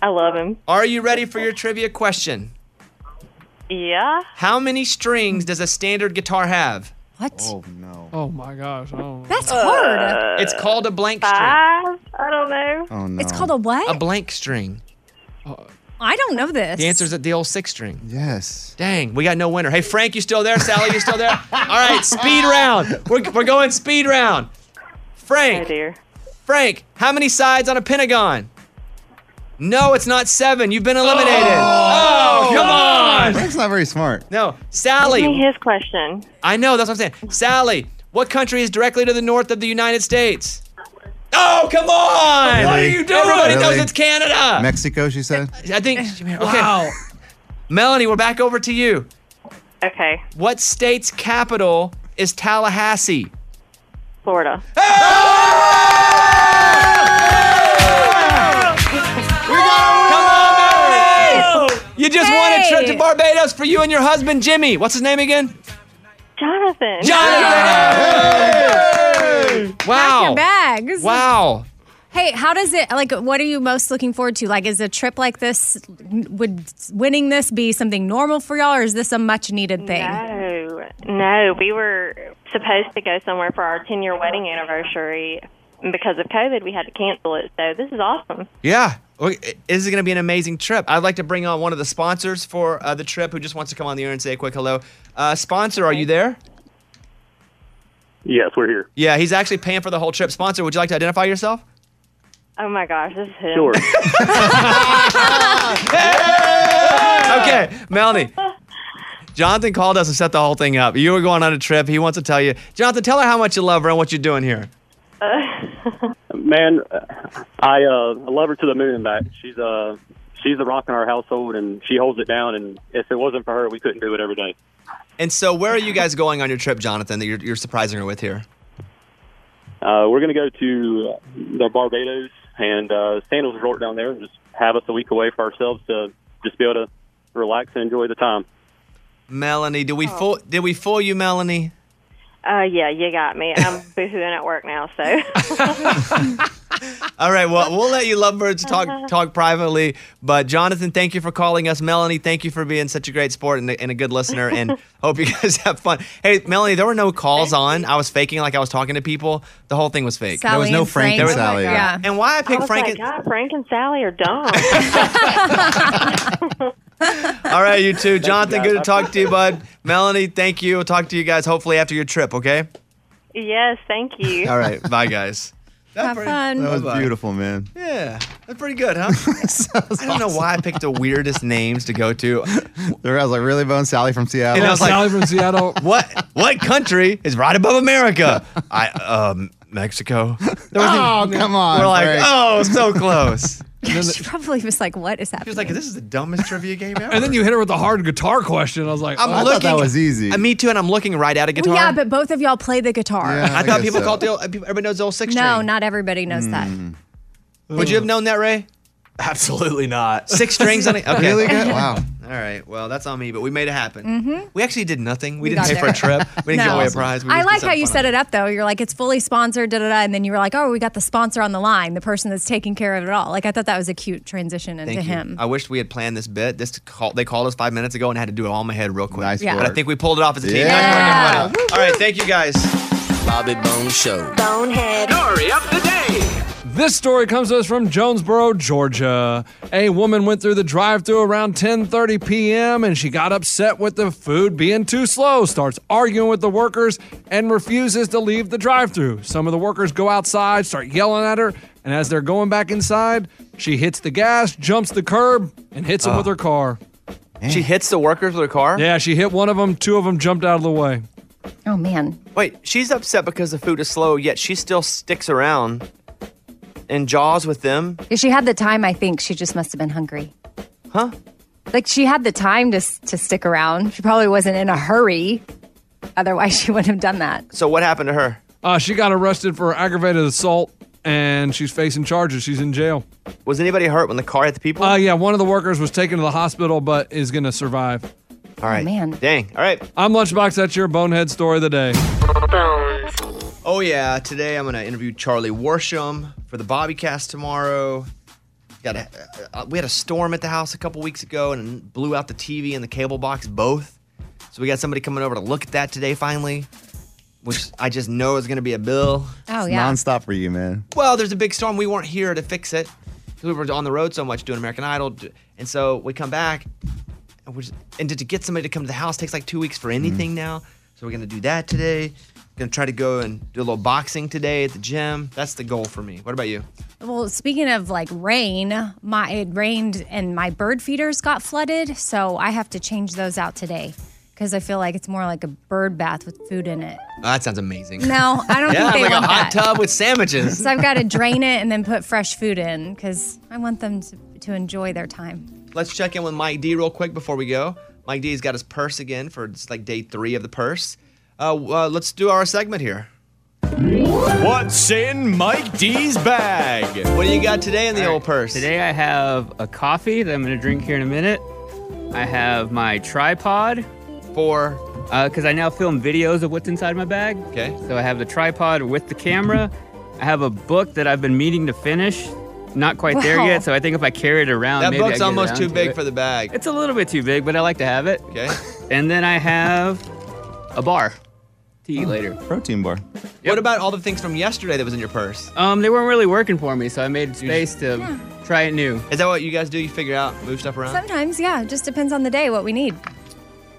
I love him.
Are you ready for your trivia question?
Yeah.
How many strings does a standard guitar have?
What?
Oh, no.
Oh my gosh. Oh.
That's hard.
It's called a blank string.
Five? I don't know.
Oh,
no. It's called a what?
A blank string.
I don't know this.
The answer's at the old six string.
Yes.
Dang, we got no winner. Hey, Frank, you still there? Sally, you still there? All right, speed round. We're, we're going speed round. Frank. Frank, how many sides on a pentagon? No, it's not seven. You've been eliminated. Oh, come on.
Frank's not very smart.
No, Sally.
Give me his question.
I know, that's what I'm saying. Sally, what country is directly to the north of the United States? Oh, come on! What are you doing? Everybody knows
Really?
it's Canada.
Mexico, she said.
I think. Okay. [laughs] Melanie, we're back over to you.
Okay.
What state's capital is Tallahassee?
Florida.
You just won a trip to Barbados for you and your husband, Jimmy. What's his name again?
Jonathan.
Jonathan! Wow.
Pack your bags.
Wow.
Hey, how does it like? What are you most looking forward to? Like, is a trip like this would winning this be something normal for y'all, or is this a much needed thing?
No, no. We were supposed to go somewhere for our 10 year wedding anniversary. And because of COVID, we had to cancel it. So this is awesome.
Yeah. Okay, This is going to be an amazing trip. I'd like to bring on one of the sponsors for uh, the trip who just wants to come on the air and say a quick hello. Uh, sponsor, are you there?
Yes, we're here.
Yeah, he's actually paying for the whole trip. Sponsor, would you like to identify yourself?
Oh my gosh, this is him.
Sure. [laughs] Okay, Melanie. Jonathan called us and set the whole thing up. You were going on a trip. He wants to tell you. Jonathan, tell her how much you love her and what you're doing here.
Man, I uh, I love her to the moon and back. She's uh she's the rock in our household, and she holds it down. And if it wasn't for her, we couldn't do it every day.
And so, where are you guys going on your trip, Jonathan, that you're, you're surprising her with here?
Uh, we're gonna go to uh, the Barbados and uh, Sandals Resort down there, and just have us a week away for ourselves to just be able to relax and enjoy the time.
Melanie, did we fool did we fool you, [laughs] Melanie?
[laughs] Uh, yeah, you got me. I'm boohooing at work now. So
All right, well, we'll let you lovebirds [laughs] talk talk privately. But Jonathan, thank you for calling us. Melanie, thank you for being such a great sport and a, and a good listener. [laughs] And hope you guys have fun. Hey, Melanie, there were no calls on. I was faking like I was talking to people. The whole thing was fake.
There was Sally no and Frank Frank. and Sally. Yeah.
And why I
I
picked
was
Frank?
like,
and-
God, Frank and Sally are dumb.
All right, you two. Jonathan,
guys.
good to talk to you, bud. Melanie, thank you. We'll talk to you guys hopefully after your trip. Okay.
yes, thank you.
All right. Bye, guys.
Have fun.
That was
Bye-bye.
beautiful, man.
Yeah, that's pretty good, huh? I don't know why I picked the weirdest names to go to.
There I was like, really, Bone? Sally from Seattle.
And I was like,
Sally from Seattle.
[laughs] What? What country is right above America? I um Mexico. There wasn't-
Oh, come on,
We're like,
Frank.
oh, so close.
[laughs] she probably was like, "What is happening?" She was
like, "This is the dumbest
[laughs]
trivia game ever."
And then you hit her with the hard guitar question. I was like,
I'm
oh.
looking, Uh, me too, and I'm looking right at a guitar.
yeah, but both of y'all play the guitar.
I, thought people called the old, everybody knows the old six
No,
string.
not everybody knows that.
Would you have known that, Ray?
Absolutely not.
Six strings on it. Okay.
Really
[laughs]
good? Wow.
All right. Well, that's on me, but we made it happen.
Mm-hmm.
We actually did nothing. We,
We
didn't
got
pay for a
there.
trip. We didn't give
[laughs]
away a prize. We
I
just
like how
had
you
fun.
set it up though. You're like, it's fully sponsored, da da da, and then you were like, oh, we got the sponsor on the line, the person that's taking care of it all. Like I thought that was a cute transition into
Thank you.
him.
I wish we had planned this bit. This call, they called us five minutes ago and I had to do it all in my head real quick.
Yeah.
But I
work.
think we pulled it off as a team.
Yeah.
All right, All right, thank you guys.
Bobby Bone Show.
Bonehead.
Story of the day.
This story comes to us from Jonesboro, Georgia. A woman went through the drive-thru around 10:30 p.m. and she got upset with the food being too slow, starts arguing with the workers and refuses to leave the drive-thru. Some of the workers go outside, start yelling at her, and as they're going back inside, she hits the gas, jumps the curb, and hits them
Oh.
with
Uh.
her car.
She hits the workers with her car?
Yeah, she hit one of them, two of them jumped out of the way.
Oh man.
Wait, she's upset because the food is slow, yet she still sticks around and jaws with them.
Yeah, She had the time, I think. She just must have been hungry.
Huh?
Like she had the time to s- to stick around. She probably wasn't in a hurry. Otherwise, she wouldn't have done that.
So what happened to her?
Uh, she got arrested for aggravated assault and she's facing charges. She's in jail.
Was anybody hurt when the car hit the people?
Uh, yeah, one of the workers was taken to the hospital but is going to survive.
All right. man. Dang. All right.
I'm Lunchbox. That's your bonehead story of the day.
Oh yeah, today I'm gonna interview Charlie Warsham for the Bobbycast tomorrow. Got a, uh, we had a storm at the house a couple weeks ago and blew out the TV and the cable box both. So we got somebody coming over to look at that today finally, which I just know is gonna be a bill.
Oh,
It's Nonstop for you, man.
Well, there's a big storm. We weren't here to fix it. We were on the road so much doing American Idol, d- and so we come back, and, we're just, and to, to get somebody to come to the house takes like two weeks for anything now. So we're gonna do that today. Gonna try to go and do a little boxing today at the gym. That's the goal for me. What about you?
Well, speaking of like rain, my it rained and my bird feeders got flooded, so I have to change those out today because I feel like it's more like a bird bath with food in it.
Oh, that sounds amazing.
No, I
[laughs]
don't
yeah,
think they
like
want
a hot tub with sandwiches.
[laughs] So I've got to drain it and then put fresh food in because I want them to, to enjoy their time.
[laughs] Let's check in with Mike D real quick before we go. Mike D's got his purse again for it's like day three of the purse. Uh, uh, let's do our segment here.
What's in Mike D's bag?
What do you got today in the old purse?
Today I have a coffee that I'm going to drink here in a minute. I have my tripod.
For?
Because I now film videos of what's inside my bag.
Okay.
So I have the tripod with the camera. I have a book that I've been meaning to finish. Not quite there
Wow.
yet, so I think if I carry it around,
that
maybe I
book's
get
almost
around
too
to
big
it.
for the bag.
It's a little bit too big, but I like to have it.
Okay.
[laughs] And then I have a bar to eat later.
Protein bar.
Oh, What about all the things from yesterday that was in your purse?
Um, they weren't really working for me, so I made space to try it new.
Is that what you guys do? You figure out, move stuff around?
Sometimes, yeah, it just depends on the day what we need.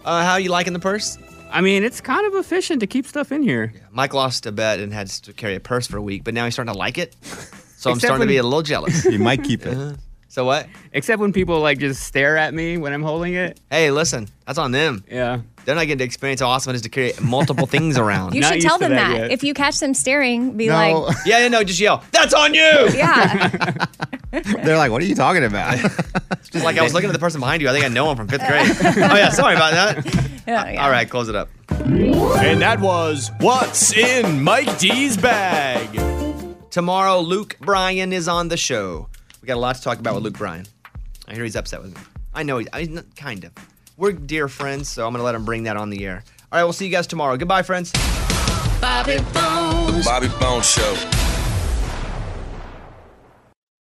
Uh, how you liking the purse?
I mean, it's kind of efficient to keep stuff in here.
Mike lost a bet and had to carry a purse for a week, but now he's starting to
[laughs]
like it. So I'm
Except
starting
when-
to be a little jealous.
you might keep
[laughs]
it.
So what?
Except when people like just stare at me when I'm holding it.
Hey, listen, that's on them.
Yeah.
They're not getting to experience how awesome it is to carry multiple things around.
You should tell them that. If you catch them staring, be
[laughs]
like,
yeah, yeah, no, just yell, that's on you!
yeah,
They're like, what are you talking
[laughs]
about?
Just like I was looking at the person behind you. I think I know him from fifth grade.
[laughs]
oh, yeah, sorry about that. [laughs]
yeah, yeah.
All right, close it up.
And that was
What's in Mike D's Bag. Tomorrow, Luke Bryan is on the show. We got a lot to talk about with Luke Bryan. I hear he's upset with me. I know he's, I, kind of. We're dear friends, so I'm going to let him bring that on the air. All right, we'll see you guys tomorrow. Goodbye, friends.
Bobby Bones. Bobby Bones Show.